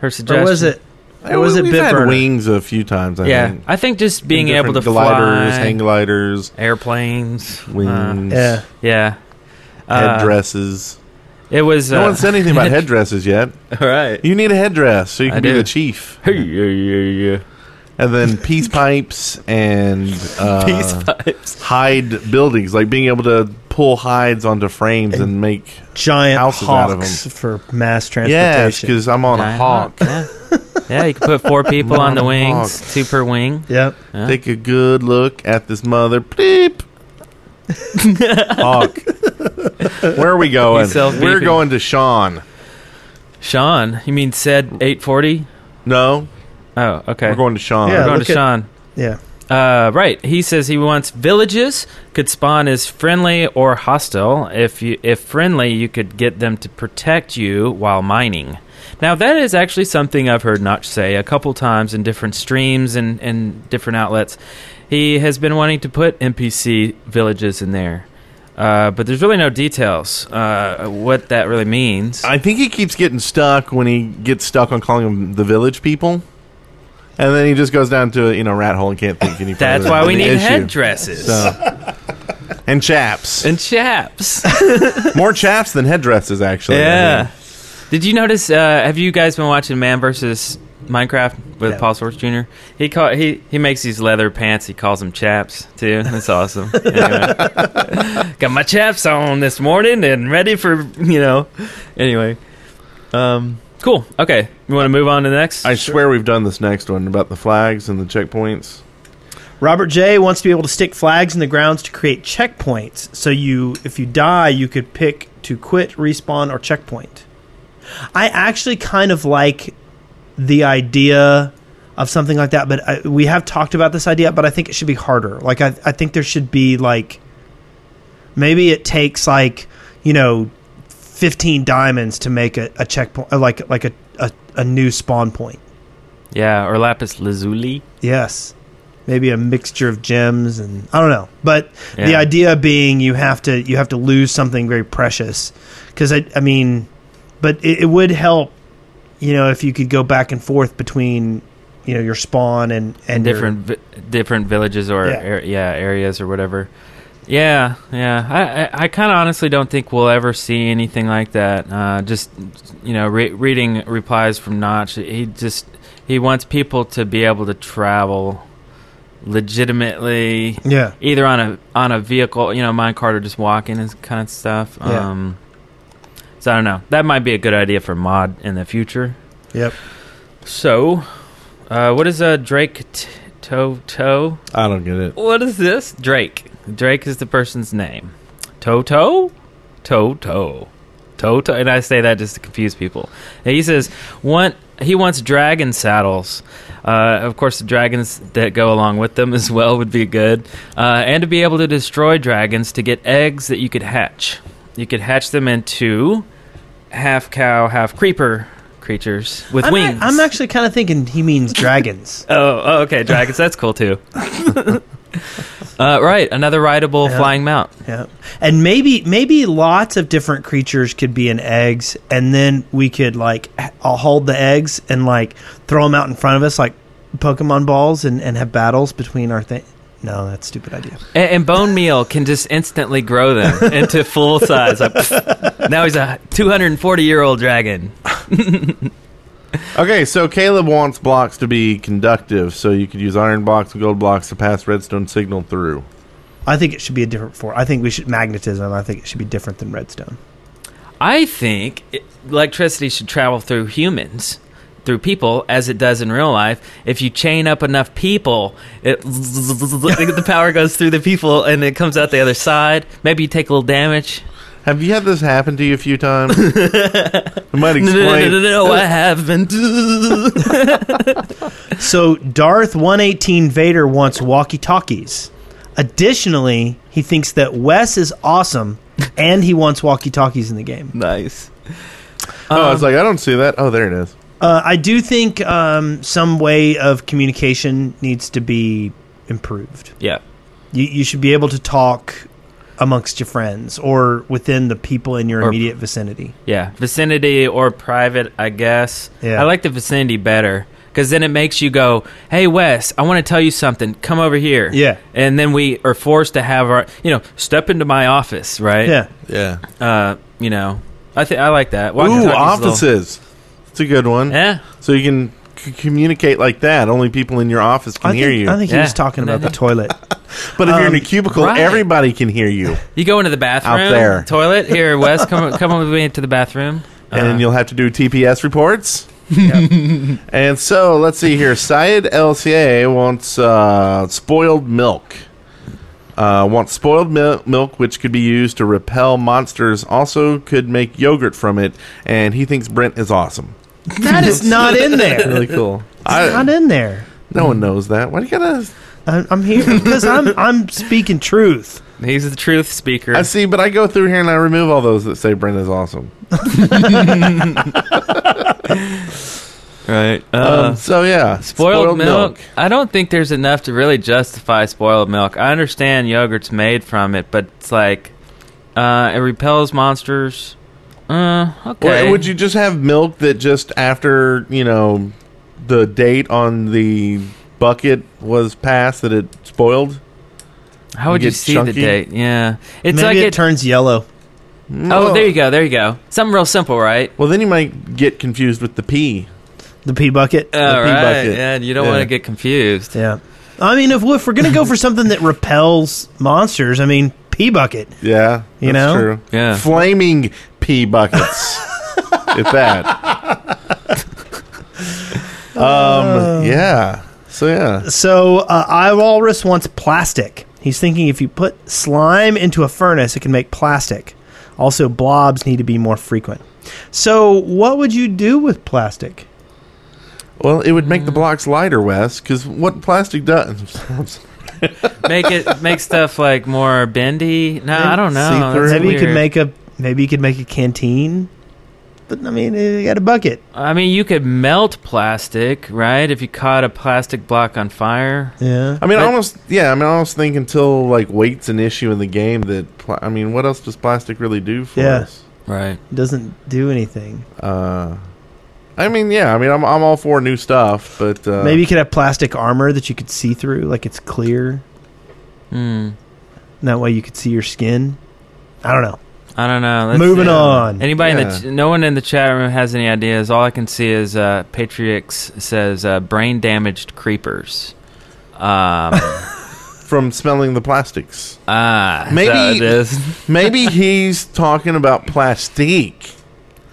her suggestion? Or was it? Or was it We've had Bitburner? wings a few times. I yeah, think. I think just being And able to different gliders, fly, hang gliders, airplanes, wings, uh, yeah, Uh, headdresses. It was. no uh, one said anything about headdresses yet. All right, you need a headdress so you I can be do. the chief. Hey, yeah, yeah, yeah. And then peace pipes and uh, Peace pipes. hide buildings, like being able to pull hides onto frames and, make giant houses out of Hawks them. for mass Yes, transportation. because I'm on a Giant hawk. yeah, you could put four people on the wings, Hawk. two per wing. Yep. Yeah. Take a good look at this mother. Bleep. Hawk. Where are we going? Yourself We're beeping. going to Sean. Sean, you mean said eight forty? No. Oh, okay. We're going to Sean. We're going to Sean. Yeah. Uh, right. He says he wants villages could spawn as friendly or hostile. If you if friendly, you could get them to protect you while mining. Now that is actually something I've heard Notch say a couple times in different streams and, and different outlets. He has been wanting to put NPC villages in there. Uh, but there's really no details uh, what that really means. I think he keeps getting stuck when he gets stuck on calling them the village people. And then he just goes down to a you know rat hole and can't think any further. That's why we than the need issue. headdresses. So- And chaps. And chaps. More chaps than headdresses, actually. I Yeah. think. Did you notice? Uh, have you guys been watching Man versus Minecraft with No. Paul Schwartz Jr.? He call, he he makes these leather pants. He calls them chaps too. That's awesome. Anyway. Got my chaps on this morning and ready for you know. Anyway, um, cool. Okay, you want to move on to the next? I swear we've done this next one about the flags and the checkpoints. Robert J wants to be able to stick flags in the grounds to create checkpoints. So you, if you die, you could pick to quit, respawn, or checkpoint. I actually kind of like the idea of something like that, but I, we have talked about this idea, but I think it should be harder. Like I, I think there should be like maybe it takes like you know fifteen diamonds to make a, a checkpoint, like like a, a a new spawn point. Yeah, or lapis lazuli. Yes. Maybe a mixture of gems and I don't know. But the Yeah. idea being you have to you have to lose something very precious cuz I I mean but it, it would help you know if you could go back and forth between you know your spawn and and your- different vi- different villages or Yeah. yeah. yeah areas or whatever. Yeah, yeah. I I, I kind of honestly don't think we'll ever see anything like that. Uh, just you know, re- reading replies from Notch, he just he wants people to be able to travel legitimately. Yeah. Either on a on a vehicle, you know, mine cart or just walking and kind of stuff. Yeah. Um so I don't know. That might be a good idea for mod in the future. Yep. So, uh, what is uh, Drake t- Toe Toe? I don't get it. What is this? Drake. Drake is the person's name. Toto? Toto. Toto. And I say that just to confuse people. And he says, want, he wants dragon saddles. Uh, of course, the dragons that go along with them as well would be good. Uh, and to be able to destroy dragons to get eggs that you could hatch. You could hatch them into half cow, half creeper creatures with I'm a- wings. I'm actually kind of thinking he means dragons. Oh, oh, okay, dragons. That's cool too. uh, right, another rideable Yeah. flying mount. Yeah, and maybe maybe lots of different creatures could be in eggs, and then we could like h- I'll hold the eggs and like throw them out in front of us like Pokemon balls, and and have battles between our thing. No, that's a stupid idea. And, and bone meal can just instantly grow them into full size. Like, pfft, now he's a 240 year old dragon. Okay, so Caleb wants blocks to be conductive, so you could use iron blocks and gold blocks to pass redstone signal through. I think it should be a different form. I think we should magnetism. I think it should be different than redstone. I think it, electricity should travel through humans, through people, as it does in real life. If you chain up enough people, it, the power goes through the people and it comes out the other side. Maybe you take a little damage. Have you had this happen to you a few times? it might No, no, no, explain. no, no, no, I haven't. So Darth 118 Vader wants walkie talkies. Additionally, he thinks that Wes is awesome, and he wants walkie talkies in the game. Nice. Oh, I was Um, like, I don't see that. Oh, there it is. Uh, I do think um, some way of communication needs to be improved. Yeah. You, you should be able to talk amongst your friends or within the people in your Or- immediate vicinity. Yeah, vicinity or private, I guess. Yeah. I like the vicinity better because then it makes you go, "Hey, Wes, I want to tell you something. Come over here." Yeah. and then we are forced to have our, you know, step into my office, right? Yeah. Yeah. Uh, you know, I think I like that. Ooh, Walkie-talkies is a little- offices. It's a good one. Yeah. So you can c- communicate like that. Only people in your office can I hear think, you. I think he was talking about the toilet. But if you're in a Um, cubicle, right. everybody can hear you, You go into the bathroom, there. toilet. Here, Wes, come come with me into the bathroom. Uh-huh. and you'll have to do TPS reports. and so let's see here. Syed LCA wants uh, spoiled milk. Uh, wants spoiled mil- milk, which could be used to repel monsters. Also, could make yogurt from it. And he thinks Brent is awesome. that is not in there. really cool. It's not in there. No one knows that. Why do you gotta? I'm, I'm here because I'm I'm speaking truth. He's the truth speaker. I see, but I go through here and I remove all those that say Brent is awesome. Right. Uh, Um, so yeah, spoiled, milk, I don't think there's enough to really justify spoiled milk. I understand yogurt's made from it, but it's like uh, it repels monsters. Uh, okay. Or would you just have milk that just after you know the date on the bucket was passed that it spoiled? How would you get see the chunky? date? Yeah, it's Maybe like it, it. turns yellow. oh, there you go. There you go. Something real simple, right? Well, then you might get confused with the pea. The pea bucket. All right. bucket. Yeah, you don't Yeah. want to get confused. Yeah. I mean, if, if we're gonna go for something that repels monsters, I mean, pea bucket. Yeah, that's You know? true. Yeah. flaming pea buckets. if that. um. yeah. So yeah. Uh. So, uh, I Walrus wants plastic. He's thinking if you put slime into a furnace, it can make plastic. Also, blobs need to be more frequent. So, what would you do with plastic? Well, it would Mm. make the blocks lighter, Wes, because what plastic does. make it make stuff like more bendy. No, Uh, I don't know. That's Maybe you weird. could make a maybe you could make a canteen. But I mean, you got a bucket. I mean, you could melt plastic, right? If you caught a plastic block on fire. Yeah. I mean, I almost yeah. I mean, I almost think until like weight's an issue in the game that pl- I mean, what else does plastic really do for Yeah. us? Right. Doesn't do anything. Uh, I mean, yeah. I mean, I'm I'm all for new stuff, but uh, Maybe you could have plastic armor that you could see through, like it's clear. Hmm. And that way you could see your skin. I don't know. I don't know. Let's- Moving on. Anybody in Yeah. the ch- no one in the chat room has any ideas. All I can see is uh, Patriots says uh, brain damaged creepers. Um, from smelling the plastics. Ah, is that what maybe it is? maybe he's talking about plastique.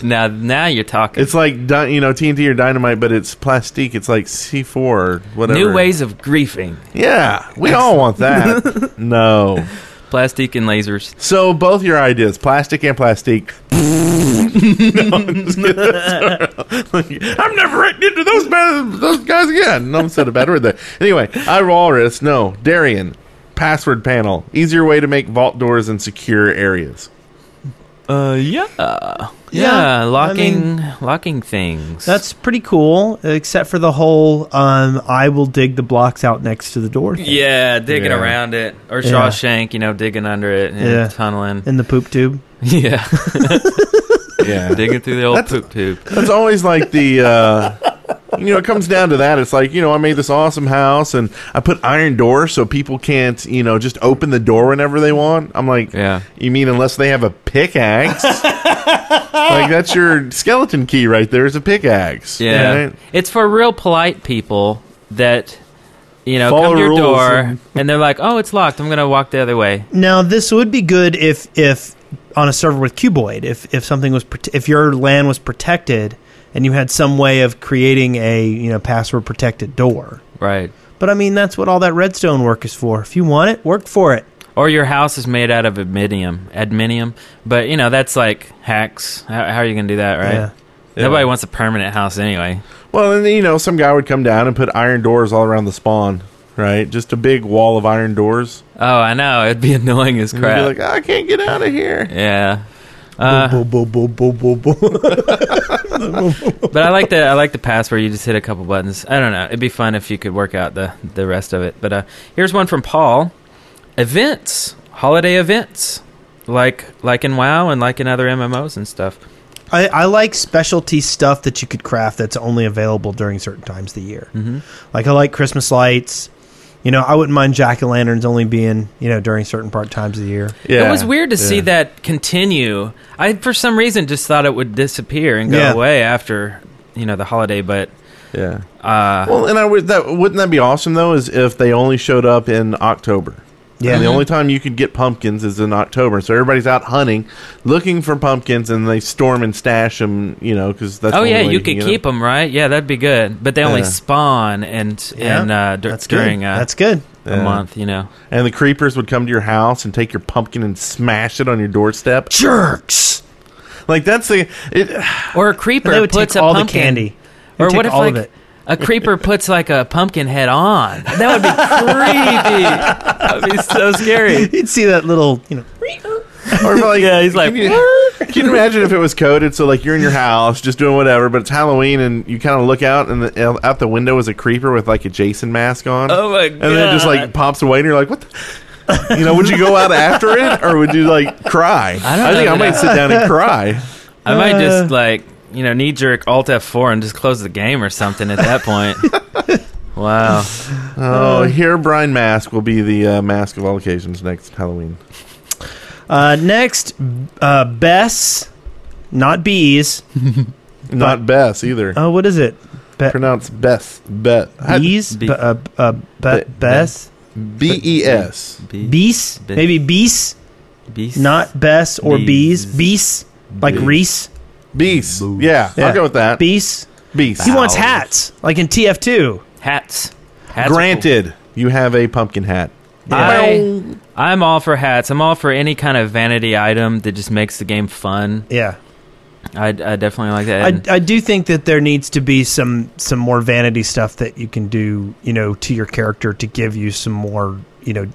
Now, now you're talking. It's like di- you know TNT or dynamite, but it's plastique. It's like C4 or whatever. New ways of griefing. Yeah, we all want that. no. Plastic and lasers. So both your ideas, plastic and plastique. No, I'm just kidding. I'm never into those bad, those guys again. No one said a bad word there. Anyway, I walrus. No, Darian. Password panel. Easier way to make vault doors and secure areas. Uh, yeah. Yeah, Yeah, I locking mean- locking things. That's pretty cool, except for the whole um, I will dig the blocks out next to the door. thing. Yeah, digging Yeah. around it. Or Yeah. Shawshank, you know, digging under it and Yeah. tunneling. In the poop tube. Yeah. Yeah. digging through the old That's- poop tube. That's always like the, uh, you know, it comes down to that. It's like, you know, I made this awesome house and I put iron doors so people can't, you know, just open the door whenever they want. I'm like, yeah. You mean unless they have a pickaxe? like that's your skeleton key right there is a pickaxe. Yeah. right? It's for real polite people that, you know, Follow come to your rules door and- and, they're like, oh, it's locked. I'm going to walk the other way. Now this would be good if if on a server with Cuboid, if if something was prote- if your LAN was protected and you had some way of creating a you know password protected door. Right. But I mean that's what all that redstone work is for. If you want it, work for it. Or your house is made out of adminium. Adminium. But, you know, that's like hacks. How, how are you going to do that, right? Yeah. Nobody Yeah. wants a permanent house anyway. Well, and you know, some guy would come down and put iron doors all around the spawn, right? Just a big wall of iron doors. Oh, I know. It'd be annoying as And you'd be crap. like, "Ah, I can't get out of here. Yeah. Uh, Bo- bo- bo- bo- bo- bo. but I like the I like the pass where you just hit a couple buttons. I don't know. It'd be fun if you could work out the the rest of it. But uh, here's one from Paul. Events, holiday events, like like in WoW and like in other MMOs and stuff. I, I like specialty stuff that you could craft that's only available during certain times of the year. Mhm. Like I like Christmas lights. You know, I wouldn't mind jack o' lanterns only being you know during certain part times of the year. It was weird to see that continue. I for some reason just thought it would disappear and go Yeah. away after you know the holiday. But yeah. Uh, Well, and I would that wouldn't that be awesome though? Is if they only showed up in October. Yeah. And the Mhm. Mm-hmm. only time you could get pumpkins is in October, so everybody's out hunting, looking for pumpkins, and they storm and stash them. You know, because that's the oh only yeah, way you can could get 'em. keep them, right? Yeah, that'd be good. But they only Yeah. spawn and Yeah, and uh, dur- that's good. during uh, That's good a Yeah. month, you know. And the creepers would come to your house and take your pumpkin and smash it on your doorstep. Jerks. Like that's the it, or a creeper They would puts take a all the pumpkin, candy. They'd Or take what if all like of it. a creeper puts like a pumpkin head on? That would be creepy. That'd be so scary. You'd see that little you know Or like, yeah, he's like, Can you, can you imagine if it was coded so like you're in your house just doing whatever, but it's Halloween and you kind of look out and the, out the window is a creeper with like a Jason mask on. Oh, my And then it just like God. pops away and you're like, what? The? You know, would you go out after it or would you like cry? I don't think know I that might sit down and cry. I might Uh. just like you know knee jerk Alt F four and just close the game or something at that point. wow. Oh, Herebrine mask will be the uh, mask of all occasions next Halloween. Uh, next, uh, Bess, not bees, Not Bess either. Oh, what is it? Pronounced Bess. Bet. Bees. B- uh, uh, be- Bess. B E S. Bees. Be- Maybe bees. Bees. Not Bess or bees. Bees. Like Bees. Reese. Bees. Yeah, I'll go with that. Bees. Bees. He wants hats, like in TF2. Hats. Hats are Granted, you have a pumpkin hat. I, I'm all for hats. I'm all for any kind of vanity item that just makes the game fun. Yeah. I, I definitely like that. I, And- I do think that there needs to be some some more vanity stuff that you can do, you know, to your character to give you some more, you know,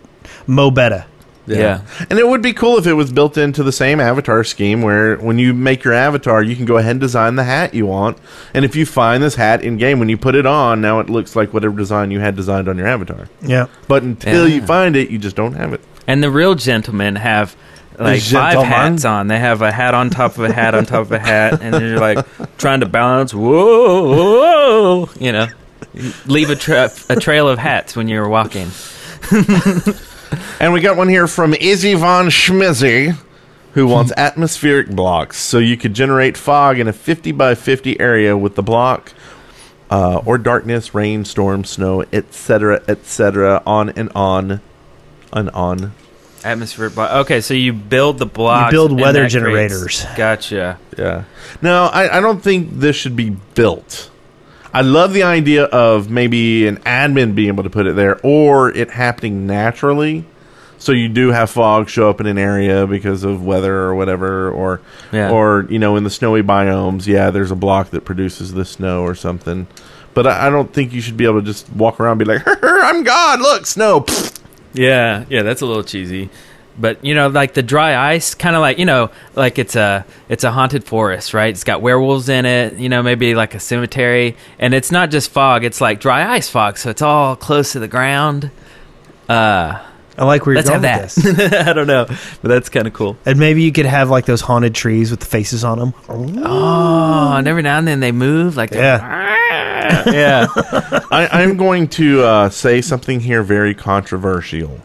mo beta. Yeah. And it would be cool if it was built into the same avatar scheme where when you make your avatar, you can go ahead and design the hat you want. And if you find this hat in game, when you put it on, now it looks like whatever design you had designed on your avatar. Yeah. But until Yeah. you find it, you just don't have it. And the real gentlemen have like five Gentlemen. hats on. They have a hat on top of a hat on top of a hat, and then you're like trying to balance. Whoa, whoa, you know, leave a, tra- a trail of hats when you're walking. And we got one here from Izzy von Schmizzy, who wants atmospheric blocks. So you could generate fog in a 50 by 50 area with the block, uh, or darkness, rain, storm, snow, etc., etc., on and on and on. Atmosphere block. Okay, so you build the blocks. build and weather that creates- generators. gotcha. Yeah. No, I, I don't think this should be built. I love the idea of maybe an admin being able to put it there or it happening naturally. So you do have fog show up in an area because of weather or whatever or Yeah. or you know in the snowy biomes, yeah, there's a block that produces the snow or something. But I, I don't think you should be able to just walk around and be like, "I'm God, look, snow." Yeah, yeah, that's a little cheesy. But you know, like the dry ice, kind of like you know, like it's a it's a haunted forest, right? It's got werewolves in it, you know, maybe like a cemetery, and it's not just fog; it's like dry ice fog, so it's all close to the ground. Uh, I like where you're let's going have with that. I don't know, but that's kind of cool. And maybe you could have like those haunted trees with the faces on them. Oh, and every now and then they move, like yeah, yeah. I, I'm going to uh, say something here very controversial.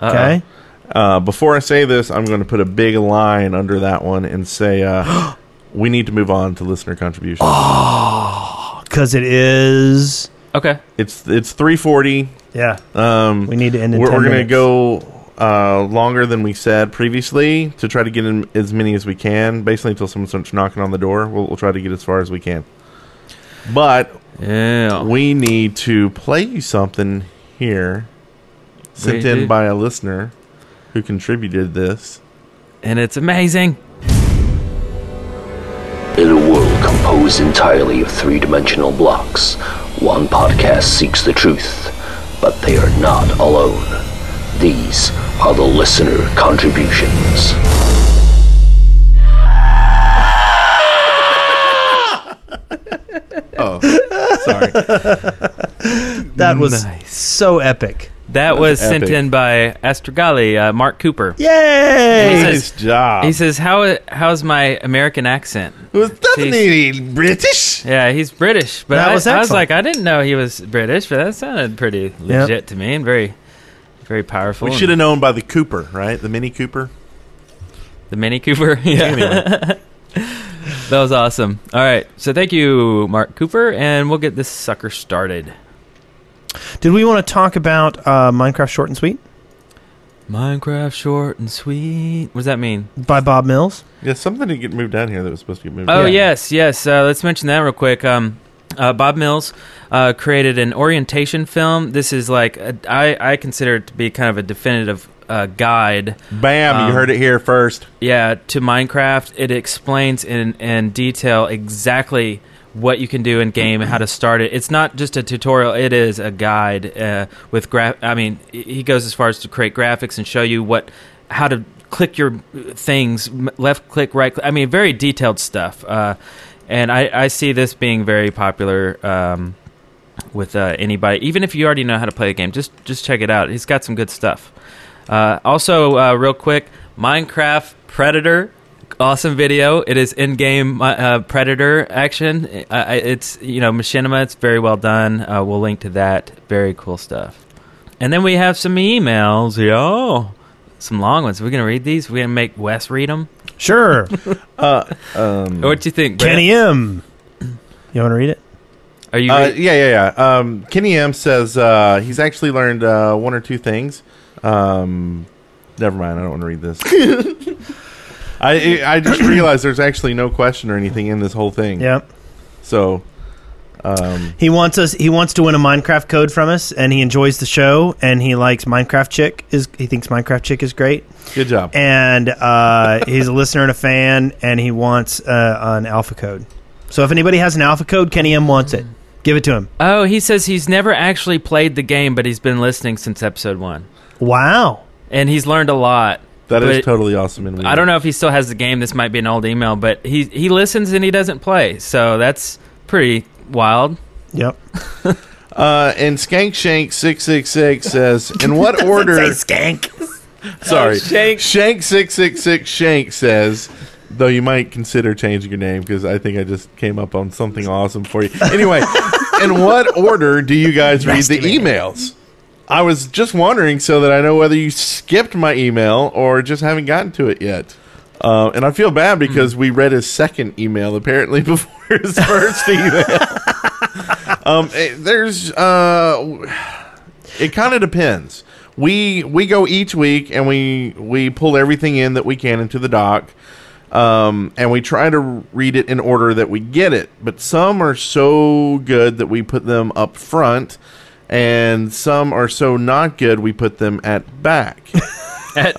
Uh-oh. Okay. Uh, before I say this, I'm going to put a big line under that one and say uh, we need to move on to listener contributions. Because Oh, it is okay. It's it's 340. Yeah. Um, we need to end in We're, 10 we're going minutes. to go uh, longer than we said previously to try to get in as many as we can. Basically, until someone starts knocking on the door, we'll, we'll try to get as far as we can. But we need to play you something here sent We in do. by a listener who contributed this. And it's amazing. In a world composed entirely of three dimensional blocks, one podcast seeks the truth, but they are not alone. These are the listener contributions. Oh, sorry. that was so epic. That was sent epic. in by Astrogali, uh, Mark Cooper. Yay! And he says- Nice job. He says, "How how's my American accent?" was definitely British. Yeah, he's British, but That I, was I was excellent. like, I didn't know he was British, but that sounded pretty Yeah. legit to me and very, very powerful. We and- should have known by the Cooper, right? The Mini Cooper. the Mini Cooper. yeah. Anyway. that was awesome. All right, so thank you, Mark Cooper, and we'll get this sucker started. Did we want to talk about uh, Minecraft Short and Sweet Minecraft short and sweet. What does that mean? by Bob Mills? Yeah, something didn't get moved down here that was supposed to get moved. Oh down. yes, yes. Uh, let's mention that real quick. Um, uh, Bob Mills uh, created an orientation film. This is like a, I I consider it to be kind of a definitive uh, guide. Bam! Um, you heard it here first. Yeah, to Minecraft, it explains in in detail exactly what you can do in game and how to start it. It's not just a tutorial; it is a guide uh, with graph. I mean, he- he goes as far as to create graphics and show you what how to click your things, m- left click, right. click. I mean, very detailed stuff. Uh, and I, I see this being very popular. Um, with uh, anybody, even if you already know how to play a game, just just check it out. He's got some good stuff. Uh, also, uh, real quick, Minecraft Predator, awesome video. It is in-game uh, Predator action. Uh, I- it's you know Machinima. It's very well done. Uh, we'll link to that. Very cool stuff. And then we have some emails, yo. Some long ones. We're gonna read these. We're gonna make Wes read them. Sure. uh, um, What do you think, Brett? Kenny M. You want to read it? Are you? Uh, yeah, yeah, yeah. Um, Kenny M says uh, he's actually learned uh, one or two things. Um, never mind. I don't want to read this. I I just realized there's actually no question or anything in this whole thing. Yep. So, um, He wants us. He wants to win a Minecraft code from us, and he enjoys the show, and he likes Minecraft Chick. Is he thinks Minecraft Chick is great? Good job. And uh, he's a listener and a fan, and he wants uh, an alpha code. So if anybody has an alpha code, Kenny M wants it. Give it to him. Oh, he says he's never actually played the game, but he's been listening since episode one. Wow. and he's learned a lot. That is But- totally awesome. And I don't know if he still has the game. This might be an old email, but he he listens and he doesn't play, so that's pretty wild. Yep. Uh, and Skank Shank six six six says, "In what order?" skank. Sorry, Oh, Shank. Shank six six six Shank says, though you might consider changing your name because I think I just came up on something awesome for you. Anyway, in what order do you guys read the emails? I was just wondering so that I know whether you skipped my email or just haven't gotten to it yet. Uh, and I feel bad because we read his second email apparently before his first email. um, eh, there's uh, w- it kind of depends. We we go each week and we we pull everything in that we can into the doc, um, and we try to read it in order that we get it. But some are so good that we put them up front, and some are so not good we put them at back. Um, At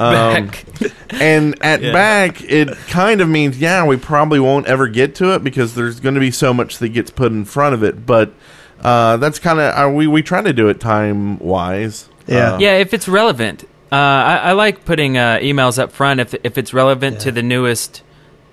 back. and at Yeah. back, it kind of means yeah, we probably won't ever get to it because there's going to be so much that gets put in front of it. But uh, that's kind of uh, we we try to do it Uh, time wise. yeah. If it's relevant, uh, I, I like putting uh, emails up front if if it's relevant to the newest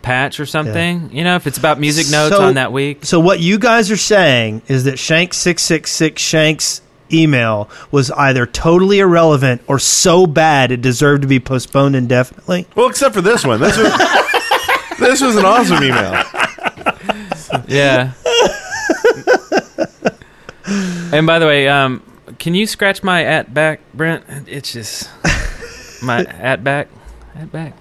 patch or something. You know, if it's about music notes So- on that week. So what you guys are saying is that Shank six six six Shank's email was either totally irrelevant or so bad it deserved to be postponed indefinitely. Well, except for this one. This was this was an awesome email. Yeah. and by the way, um, can you scratch my at back, Brent? It's just my at back, at back.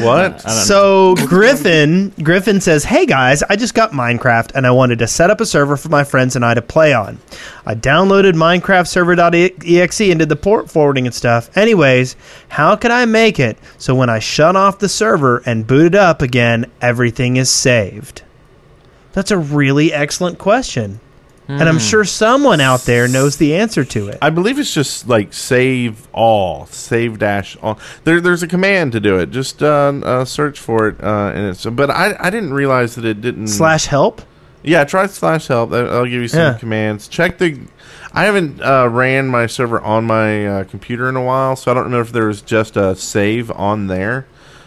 What? So Griffin Griffin says, "Hey guys, I just got Minecraft and I wanted to set up a server for my friends and I to play on. I downloaded minecraftserver.exe and did the port forwarding and stuff. Anyways, how could I make it so when I shut off the server and boot it up again, everything is saved?" That's a really excellent question. And I'm Hmm. sure someone out there knows the answer to it. I believe it's just like save all, save dash all. There, there's a command to do it. Just uh, uh, search for it, uh, and it's. But I, I didn't realize that it didn't Slash help. Yeah, try slash help. That- I'll give you some Yeah. commands. Check the. I haven't uh, ran my server on my uh, computer in a while, so I don't know if there was just a save on there.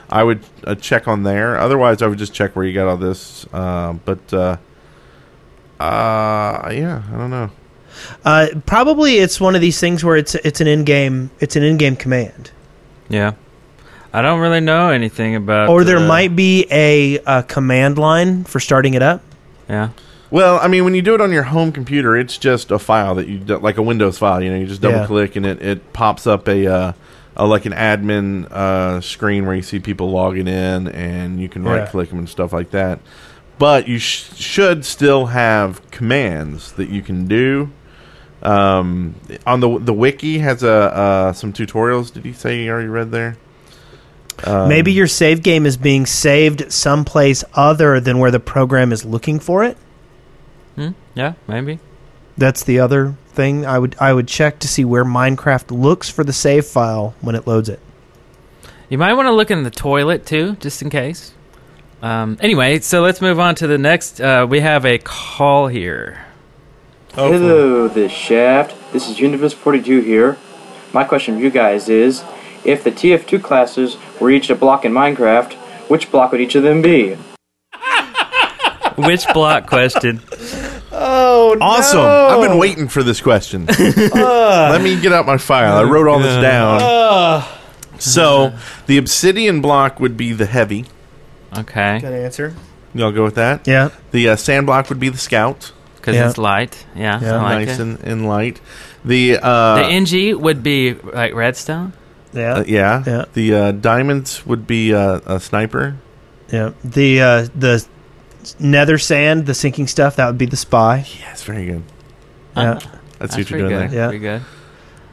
I would uh, check on there. Otherwise, I would just check where you got all this. Uh, but uh, uh, yeah, I don't know. Uh, probably it's one of these things where it's it's an in-game it's an in-game command. Yeah. I don't really know anything about. or there uh, the- might be a, uh command line for starting it up. Yeah. Well, I mean, when you do it on your home computer, it's just a file that you do, like a Windows file. You know, you just Yeah. double click and it, it pops up a, uh, a like an admin uh, screen where you see people logging in and you can Yeah. right click them and stuff like that. But you sh- should still have commands that you can do. Um, on the the wiki has a uh, some tutorials. Did you say you already read there? Um, Maybe your save game is being saved someplace other than where the program is looking for it. Hmm? Yeah, maybe. That's the other thing I would I would check to see where Minecraft looks for the save file when it loads it. You might want to look in the toilet too, just in case. Um, anyway, so let's move on to the next. Uh, we have a call here. Oh, Hello, this Shaft. This is Universe 42 here. My question for you guys is if the TF2 classes were each a block in Minecraft, which block would each of them be? Which block question? Uh, Oh, Awesome! I've been waiting for this question. Uh. Let me get out my file. I wrote all this down. So the obsidian block would be the heavy. Okay. Good answer. Y'all go with that. Yeah. The uh, sand block would be the scout 'Cause Yeah. it's light. Yeah, I like nice it. And, and light. The uh, the NG would be like redstone. Yeah. uh, yeah. The uh, diamonds would be uh, a sniper. Yeah. The uh, the nether sand, the sinking stuff, that would be the spy. Yes, very good. Yeah. That's what you're doing pretty good. there. Pretty good.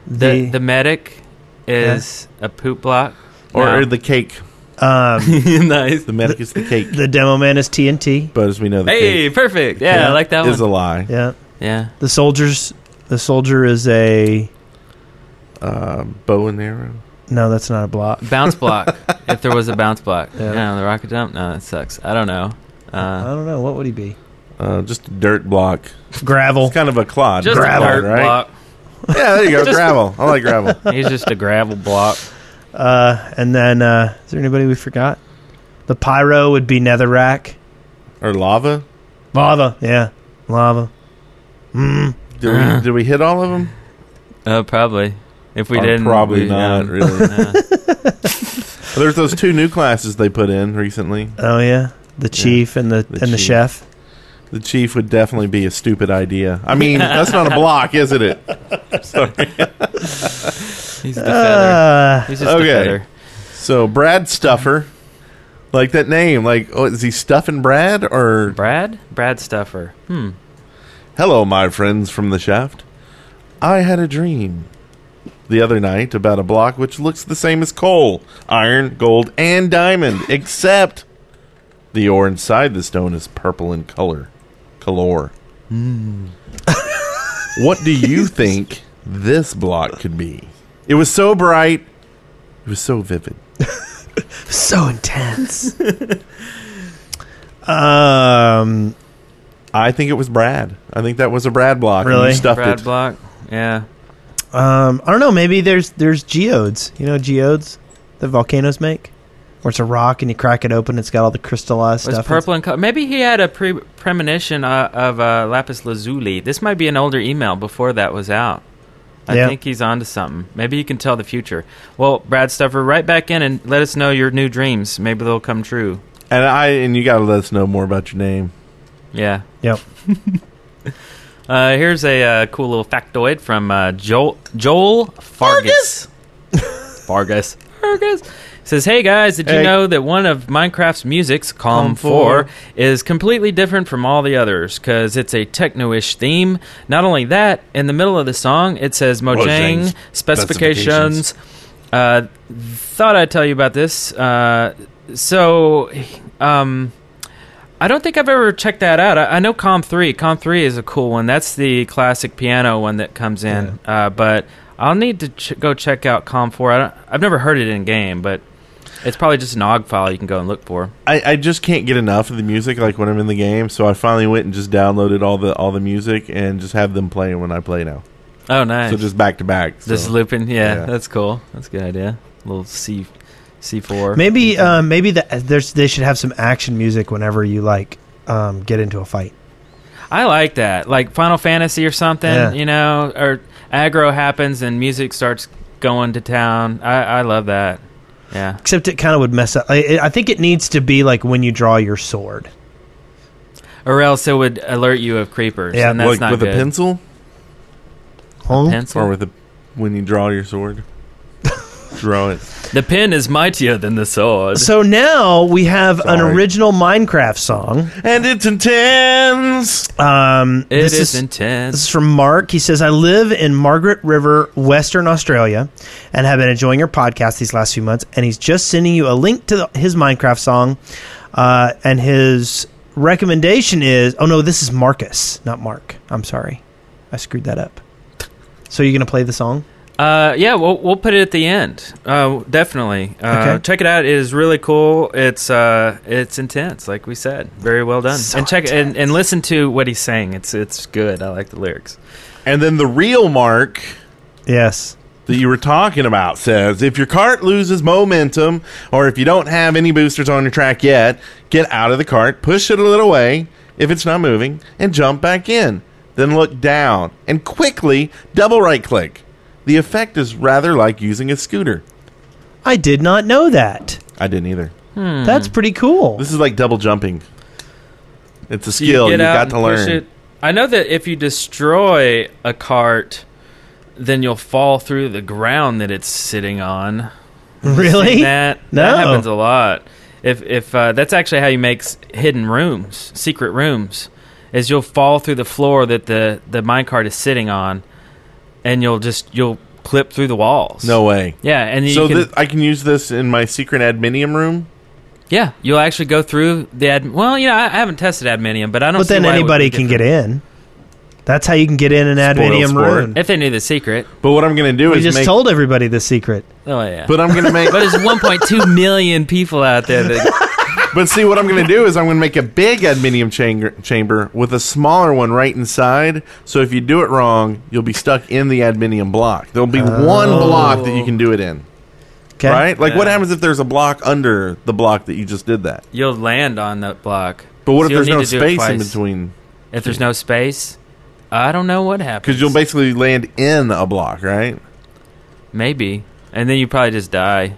The The- the, medic is a poop block. Or, No. or the cake. Um, nice. The medic is the cake, The demo man is TNT. but as we know, the hey, cake perfect. Yeah, I like that is one. a lie. Yeah. Yeah. The soldiers. The soldier is a. Uh, bow and arrow. No, that's not a block. bounce block. if there was a bounce block, Yeah. yeah. the rocket jump. No, that sucks. I don't know. I Uh, don't know what would he be. Uh, just a dirt block. Gravel. It's kind of a clod. Just a Gravel, dirt block. Yeah, there you go. gravel. I like gravel. He's just a gravel block. Uh, and then uh, is there anybody we forgot? The pyro would be netherrack or lava. Lava, yeah, lava. Mm. Did we, did we hit all of them? Uh, probably. If we Uh, didn't, probably we- not no. really. No. There's those two new classes they put in recently. Oh yeah, the chief and the, and the chief. chef. The chief would definitely be a stupid idea. I mean, that's not a block, isn't it? Sorry. He's the feather. Uh, He's just the feather. So Brad Stuffer, like that name, like oh, is he stuffing Brad or Brad? Brad Stuffer. Hmm. Hello, my friends from the shaft. I had a dream the other night about a block which looks the same as coal, iron, gold, and diamond, except the ore inside the stone is purple in color. Color. Hmm. what do you think this block could be? It was so bright. It was so vivid. so intense. um, I think it was Brad. I think that was a Brad block. and you Really? stuffed Brad it. block. Yeah. Um, I don't know. Maybe there's there's geodes. You know geodes that volcanoes make, where it's a rock and you crack it open. It's got all the crystallized Was stuff. purple and color. Maybe he had a pre- premonition uh, of uh, lapis lazuli. This might be an older email before that was out. I Yeah. think he's onto something. Maybe he can tell the future. Well, Brad Stuffer, write back in and let us know your new dreams. Maybe they'll come true. And I and you got to let us know more about your name. Yeah. Yep. Uh, here's a uh, cool little factoid from uh, Joel Joel Fargus. Fargus. Fargus says, "Hey guys, did you Hey. know that one of Minecraft's music's Calm Calm 4 four. is completely different from all the others cuz it's a techno-ish theme. Not only that, in the middle of the song it says Mojang Mojang's specifications. Uh, thought I'd tell you about this. Uh, so um I don't think I've ever checked that out. I, I know Com three. Com three is a cool one. That's the classic piano one that comes in. Uh, but I'll need to ch- go check out Com four. I don't, I've never heard it in game, but it's probably just an OG file you can go and look for. I, I just can't get enough of the music like when I'm in the game, so I finally went and just downloaded all the all the music and just have them play when I play now. Oh, nice. So just back to back. so- Just looping. Yeah, yeah. that's cool. That's a good idea. little C C four. Maybe uh, maybe the, there's they should have some action music whenever you like um, get into a fight. I like that. Like Final Fantasy or something, Yeah. you know, or aggro happens and music starts going to town. I, I love that. Yeah. Except it kind of would mess up. I, I think it needs to be like when you draw your sword. Or else it would alert you of creepers. Yeah, and that's like not with a good. pencil? Huh? pencil? Or with a when you draw your sword. draw it. The pen is mightier than the sword. So now we have an Sorry. original Minecraft song. And it's intense. Um, It this is is intense. This is from Mark. He says, I live in Margaret River, Western Australia, and have been enjoying your podcast these last few months. And he's just sending you a link to the, his Minecraft song. Uh, and his recommendation is oh, no, this is Marcus, not Mark. I'm sorry. I screwed that up. So you're going to play the song? Uh, yeah, we'll, we'll put it at the end. Uh, definitely. Uh, Okay. Check it out. It is really cool. It's uh, it's intense, like we said. Very well done. and check and, and listen to what he's saying. It's it's good. I like the lyrics. And then the real Mark Yes. that you were talking about says if your cart loses momentum or if you don't have any boosters on your track yet, get out of the cart, push it a little way if it's not moving, and jump back in. Then look down and quickly double right click. The effect is rather like using a scooter. I did not know that. I didn't either. Hmm. That's pretty cool. This is like double jumping. It's a skill get you got out to and push learn. it. I know that if you destroy a cart, then you'll fall through the ground that it's sitting on. Have you Really? seen That No. that happens a lot. If if uh, that's actually how you make s- hidden rooms, secret rooms, is you'll fall through the floor that the the minecart is sitting on, and you'll just you'll clip through the walls. No way. Yeah, and you so can- thi- I can use this in my secret adminium room. Yeah, you'll actually go through the ad. Well, you know, I, I haven't tested adminium, but I don't. But see then why it would anybody be can get in. That's how you can get in an Advenium room. different. if they knew the secret. But what I'm going to do We is just make told everybody the secret. Oh yeah. But I'm gonna make- But there's 1.2 million people out there that But see, what I'm going to do is I'm going to make a big aluminium chamber, chamber with a smaller one right inside. So if you do it wrong, you'll be stuck in the aluminium block. There'll be one block that you can do it in. 'Kay. Right? Like, what Yeah. happens if there's a block under the block that you just did that? You'll land on that block. But what So if you'll there's need no to do it space in twice. between? If there's no space, I don't know what happens. Because you'll basically land in a block, right? Maybe. And then you probably just die.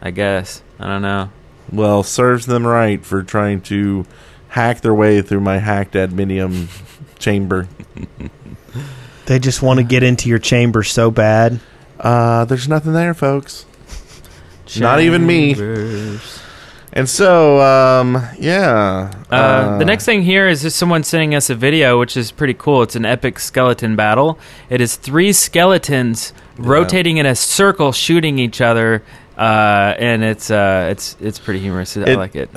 I guess. I don't know. Well, serves them right for trying to hack their way through my hacked aluminium chamber. They just want to get into your chamber so bad. Uh, there's nothing there, folks. Not even me. And so, um, yeah. Uh, the next thing here is just someone sending us a video, which is pretty cool. It's an epic skeleton battle. It is three skeletons rotating in a circle, shooting each other, uh, and it's uh, it's it's pretty humorous. I It- like it.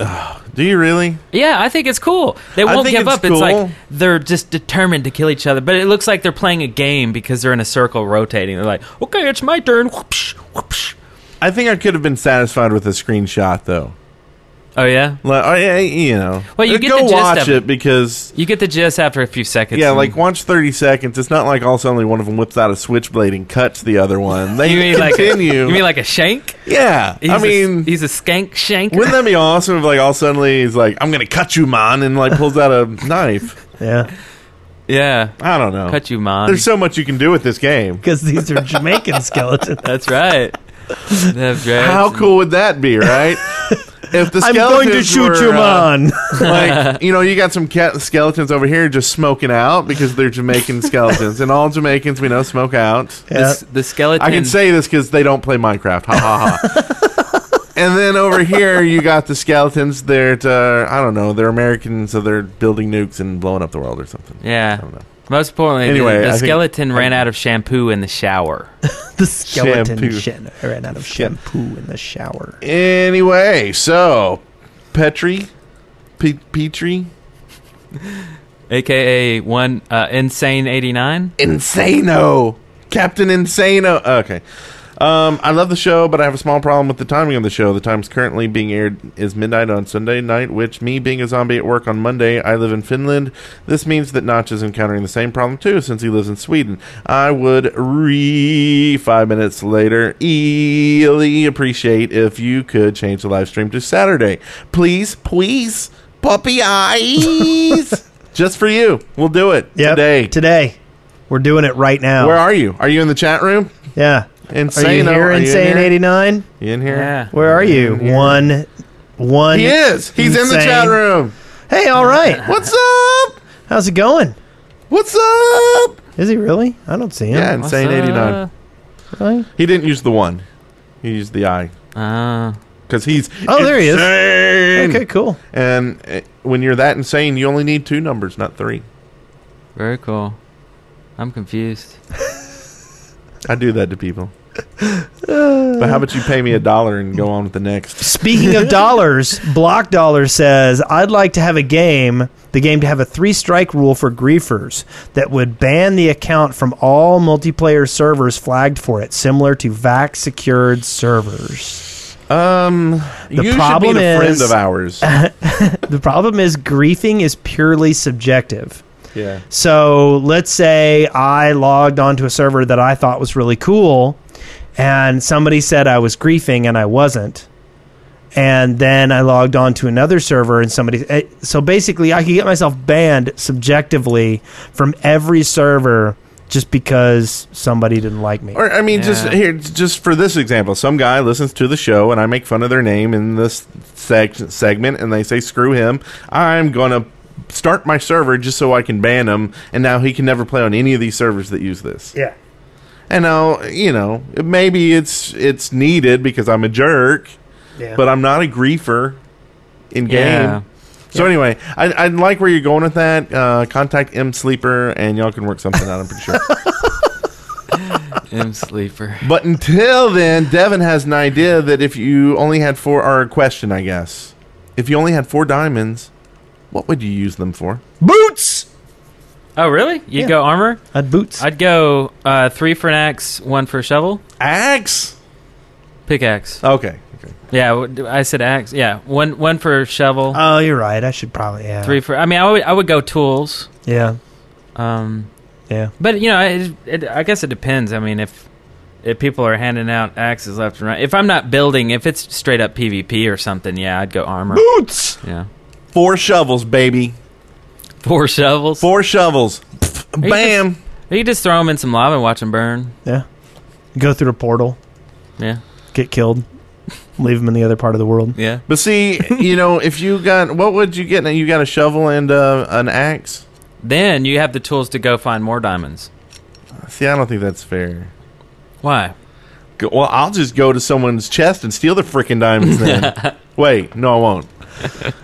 Do you really? Yeah, I think it's cool. They I won't think give it's up. It's like cool. they're just determined to kill each other. But it looks like they're playing a game because they're in a circle rotating. They're like, okay, it's my turn. Whoopsh. I think I could have been satisfied with a screenshot, though. Oh yeah. Like, I, I- you know. Well, you Uh, get go the gist watch of it. it. because You get the gist after a few seconds. yeah, and- like watch thirty seconds. It's not like all suddenly one of them whips out a switchblade and cuts the other one. They you mean like a, continue. you mean like a shank? Yeah, He's I a- mean- he's a skank shank. Wouldn't that be awesome if like all suddenly he's like, "I'm gonna cut you, man," and like pulls out a knife. Yeah. Yeah. I don't know. Cut you, man. There's so much you can do with this game. Because Um, these are Jamaican skeletons. That's right. How cool would that be, right? if the I'm going to skeletons shoot were, you, uh, man. like you know, you got some cat skeletons over here just smoking out because they're Jamaican skeletons, and all Jamaicans we know smoke out. The s- the skeleton. I can say this because they don't play Minecraft. Ha ha ha. and then over here, you got the skeletons. They're uh, I don't know. They're Americans, so they're building nukes and blowing up the world or something. Yeah. Most importantly, Anyway, anyway, I the think- skeleton ran out of shampoo in the shower. the skeleton Shampoo. shit. I ran out of shampoo in the shower. Anyway, so Petri, Pe- Petri, AKA one uh, insane eighty nine. Insano, Captain Insano. Oh, Okay. Um, I love the show, but I have a small problem with the timing of the show. The time's currently being aired is midnight on Sunday night, which me being a zombie at work on Monday, I live in Finland. This means that Notch is encountering the same problem too, since he lives in Sweden. I would re five minutes later really appreciate if you could change the live stream to Saturday. Please, please, puppy eyes. Just for you. We'll do it today. Today. We're doing it right now. Where are you? Are you in the chat room? Oh. Yeah. Insano. Are you here, Are you in Insane here? eighty nine? You in here? Yeah. Where are you? One, one. He is. He's in the insane- chat room. Hey, all right. What's up? How's it going? What's up? Is he really? I don't see him. Yeah, insane eighty nine. Really? He didn't use the one. He used the eye. Ah. Because he's Oh, there he is. insane. Okay, cool. And uh, when you're that insane, you only need two numbers, not three. Very cool. I'm confused. I do that to people. but how about you pay me a dollar and go on with the next? Speaking of dollars, Block Dollar says, I'd like to have a game, the game to have a three strike rule for griefers that would ban the account from all multiplayer servers flagged for it, similar to VAC secured servers. Um, the you should problem meet a friend is of ours. the problem is griefing is purely subjective. Yeah. So let's say I logged onto a server that I thought was really cool, and somebody said I was griefing and I wasn't. And then I logged on to another server, and somebody. eh, So basically, I could get myself banned subjectively from every server just because somebody didn't like me. Or I mean, just here, just for this example, some guy listens to the show, and I make fun of their name in this seg- segment, and they say "screw him." I'm gonna start my server just so I can ban him, and now he can never play on any of these servers that use this. Yeah. And now you know maybe it's it's needed because I'm a jerk, Yeah. but I'm not a griefer in game. Yeah. So anyway, I, I like where you're going with that. Uh, contact M Sleeper, and y'all can work something out. I'm pretty sure. M sleeper. But until then, Devin has an idea that if you only had four, or a question, I guess. If you only had four diamonds, what would you use them for? Boots. Oh really? You would go armor? I'd boots. I'd go uh, three for an axe, one for a shovel. Axe. Pickaxe. Okay. Okay. Yeah, w- I said axe. Yeah, one one for shovel. Oh, you're right. I should probably yeah. Three for. I mean, I would I would go tools. Yeah. Um. Yeah. But you know, it, it, I guess it depends. I mean, if if people are handing out axes left and right, if I'm not building, if it's straight up PvP or something, yeah, I'd go armor. Boots. Yeah. Four shovels, baby. Four shovels. Four shovels. Or you Bam. just- or You just throw them in some lava and watch them burn. Yeah. Go through a portal. Yeah. Get killed. Leave them in the other part of the world. Yeah. But see, you know, if you got what would you get? Now You got a shovel and uh, an axe. Then you have the tools to go find more diamonds. See, I don't think that's fair. Why? Go, well, I'll just go to someone's chest and steal the freaking diamonds. Then wait, no, I won't.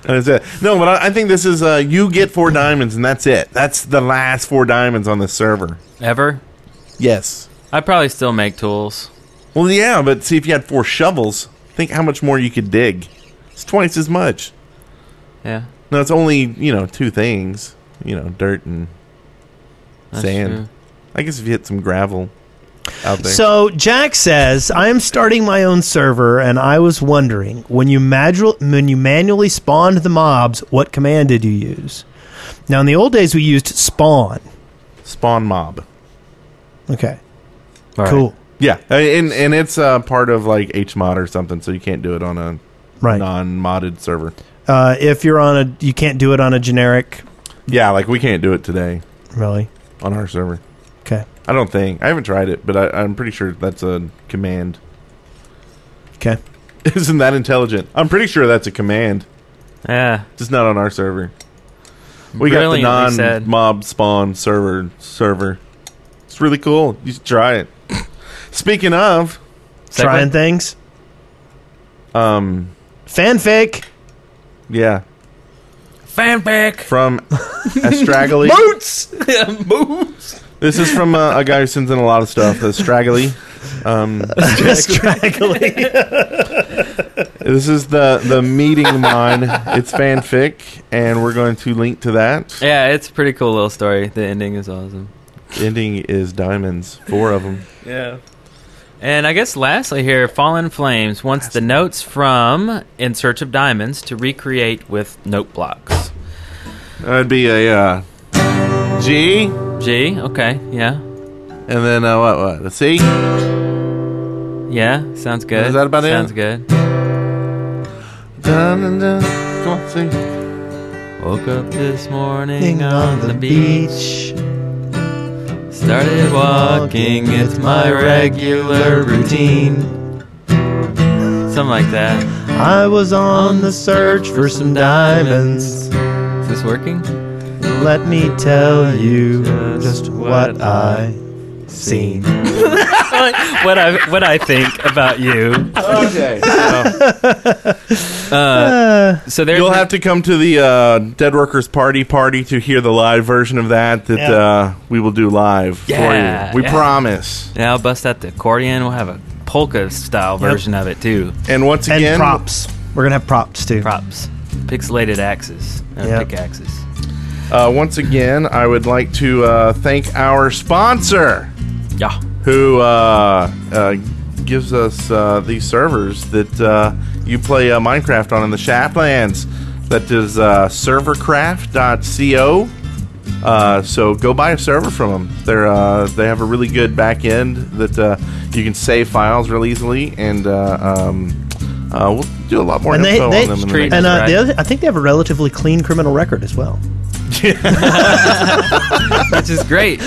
That's it. No, but I, I think this is uh, you get four diamonds and that's it. That's the last four diamonds on the server. Ever? Yes. I probably still make tools. Well, yeah, but see if you had four shovels, think how much more you could dig. It's twice as much. Yeah. No, it's only you know two things. You know, dirt and That's sand. true. I guess if you hit some gravel out there. So Jack says, "I am starting my own server, and I was wondering when you madru- when you manually spawned the mobs, what command did you use? Now, in the old days, we used spawn, spawn mob. Okay, cool. Yeah, uh, and and it's uh, part of like HMod or something, so you can't do it on a Right. non-modded server. Uh, if you're on a, you can't do it on a generic. Yeah, like we can't do it today. Really? On our server. 'Kay. I don't think I haven't tried it, but I, I'm pretty sure that's a command. 'Kay. Isn't that intelligent? I'm pretty sure that's a command. Yeah. Just not on our server. We got Brilliantly the said. non-mob spawn server server. It's really cool. You should try it. Speaking of Trying things, um, fanfic. yeah, fanfic from Astragali. Boots. Boots. This is from uh, a guy who sends in a lot of stuff. Astragali. Um, this is the the meeting mine. It's fanfic, and we're going to link to that. Yeah, it's a pretty cool little story. The ending is awesome. Ending is diamonds, four of them. Yeah. And I guess lastly here, Fallen Flames wants the notes from In Search of Diamonds to recreate with note blocks. That'd be a uh, G. G. Okay. Yeah. And then uh, what? What? A C. Yeah. Sounds good. Is that about it? Sounds good. Dun, dun, dun. Come on, sing. Woke up this morning Thing on the beach. Started walking, it's my regular routine. Something like that. I was on the search for some diamonds. Is this working? Let me tell you just what I seen. what I what I think about you. Okay. Uh, so there. You'll have to come to the uh, Dead Workers Party party to hear the live version of that that Yeah. uh, we will do live Yeah, for you. We yeah. promise. Yeah, I'll bust out the accordion. We'll have a polka style Yep. version of it too. And once and props. We're gonna have props too. Props. Pixelated axes. Uh, Yep. Pickaxes. Uh, once again, I would like to uh, thank our sponsor, yeah, who uh, uh, gives us uh, these servers that uh, you play uh, Minecraft on in the Shaplands. That is uh, servercraft.co. Uh, so go buy a server from them. They're uh, they have a really good back end that uh, you can save files real easily, and uh, um, uh, we'll do a lot more and they, info they on them. in the next- and uh, the other, I think they have a relatively clean criminal record as well. which is great.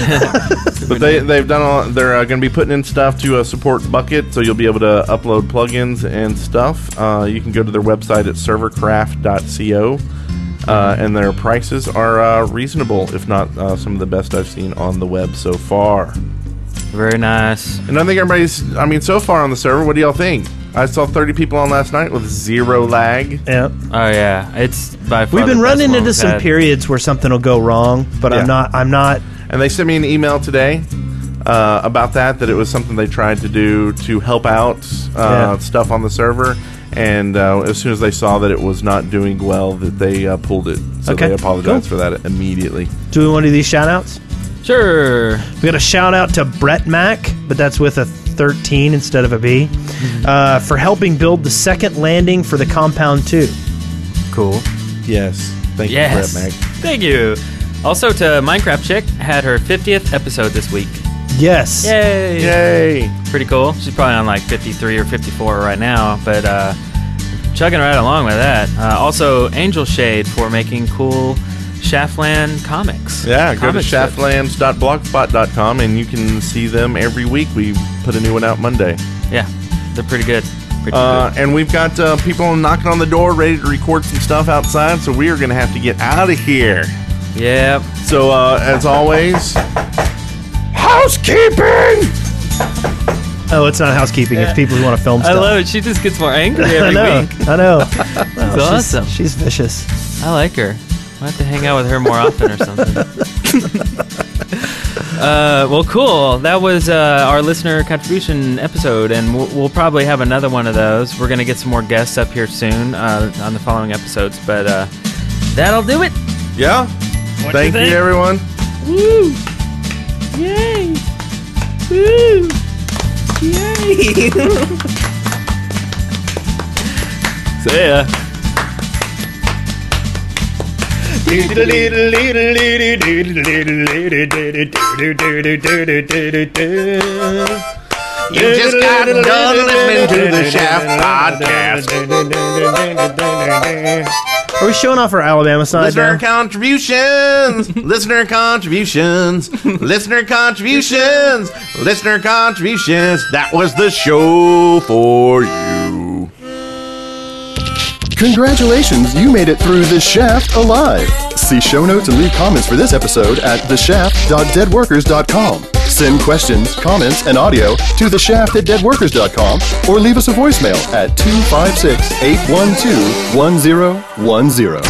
but they they've done all they're uh, going to be putting in stuff to uh, support bucket so you'll be able to upload plugins and stuff uh, you can go to their website at servercraft.co uh, and their prices are uh, reasonable if not uh, some of the best i've seen on the web so far very nice and i think everybody's i mean so far on the server what do y'all think i saw 30 people on last night with zero lag yeah Oh yeah, it's by far We've been the best running one into we've some had. periods where something will go wrong, but Yeah. I'm not. I'm not. And they sent me an email today uh, about that, that it was something they tried to do to help out uh, Yeah. stuff on the server. And uh, as soon as they saw that it was not doing well, that they uh, pulled it. So Okay, they apologized cool. for that immediately. Do we want to do these shout outs? Sure. We got a shout out to Brett Mack, but that's with a th- 13 instead of a B, Mm-hmm. uh, for helping build the second landing for the Compound 2. Cool. Yes. Thank yes. you, Brett Mag. Thank you. Also to Minecraft Chick had her 50th episode this week. Yes. Yay! Yay! Pretty cool. She's probably on like 53 or 54 right now, but uh, chugging right along with that. Uh, also, Angel Shade for making cool Shaftland comics. Yeah, go to Comic strips. shaftlands.blogspot.com and you can see them every week. We put a new one out Monday. Yeah, they're pretty good. Pretty Uh, and we've got uh, people knocking on the door ready to record some stuff outside, so we are going to have to get out of here. Yeah. So, uh, as always, housekeeping! Oh, it's not housekeeping. It's people who want to film I stuff. love it. She just gets more angry I every know. week. I know. Wow, she's- awesome. She's vicious. I like her. I have to hang out with her more often or something. uh, well, cool. That was uh, our listener contribution episode, and we'll, we'll probably have another one of those. We're going to get some more guests up here soon uh, on the following episodes, but uh, that'll do it. Yeah. What Thank you, everyone. Woo! Yay! Woo! Yay! See ya. You just got done listening to the Shaft podcast. Are we showing off our Alabama side Listener now? contributions! Listener contributions! Listener contributions! Listener contributions! That was the show for you. Congratulations, you made it through The Shaft alive. See show notes and leave comments for this episode at theshaft.deadworkers.com. Send questions, comments, and audio to theshaft at deadworkers.com or leave us a voicemail at 256 812 1010.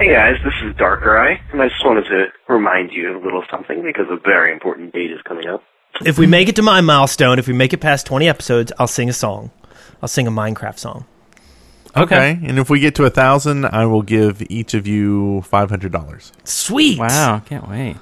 Hey guys, this is Dark Eye, and I just wanted to remind you of a little something because a very important date is coming up. If we make it to my milestone, if we make it past 20 episodes, I'll sing a song. I'll sing a Minecraft song. Okay. And if we get to a thousand, I will give each of you five hundred dollars. Sweet. Wow, can't wait.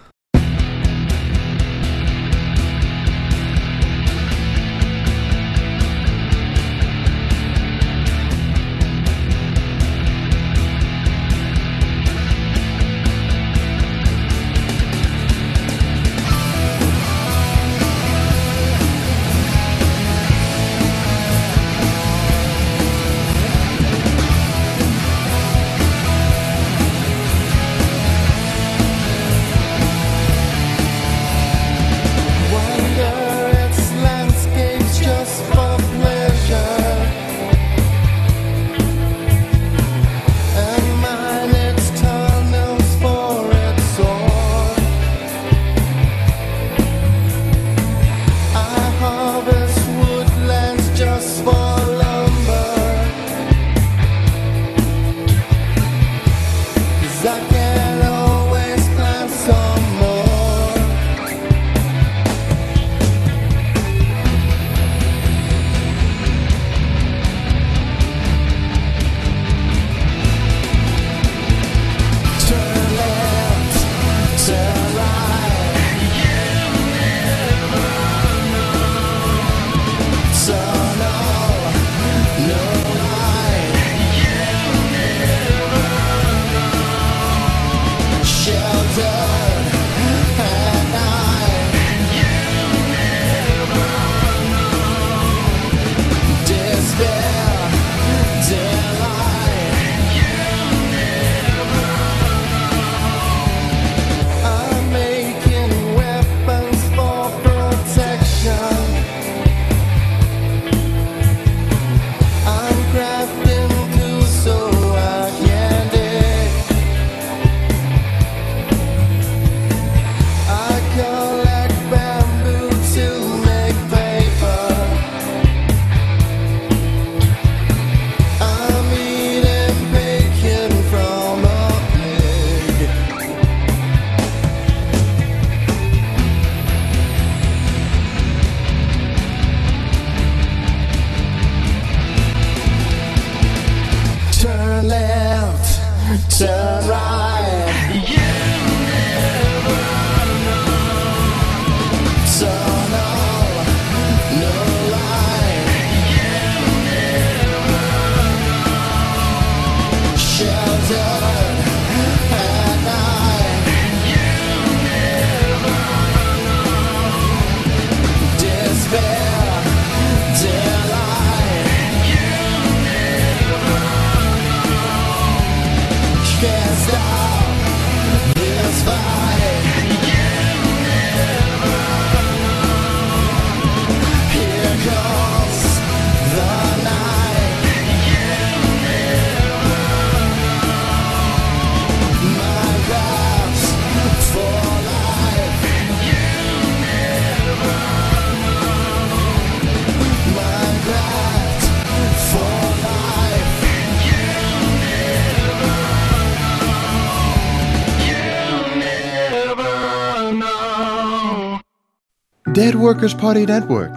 Dead Workers Party Network.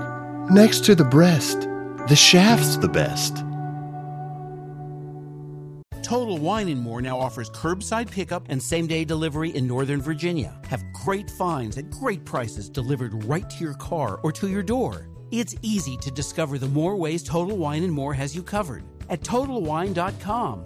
Next to the breast, the shaft's the best. Total Wine and More now offers curbside pickup and same day delivery in Northern Virginia. Have great finds at great prices delivered right to your car or to your door. It's easy to discover the more ways Total Wine and More has you covered at totalwine.com.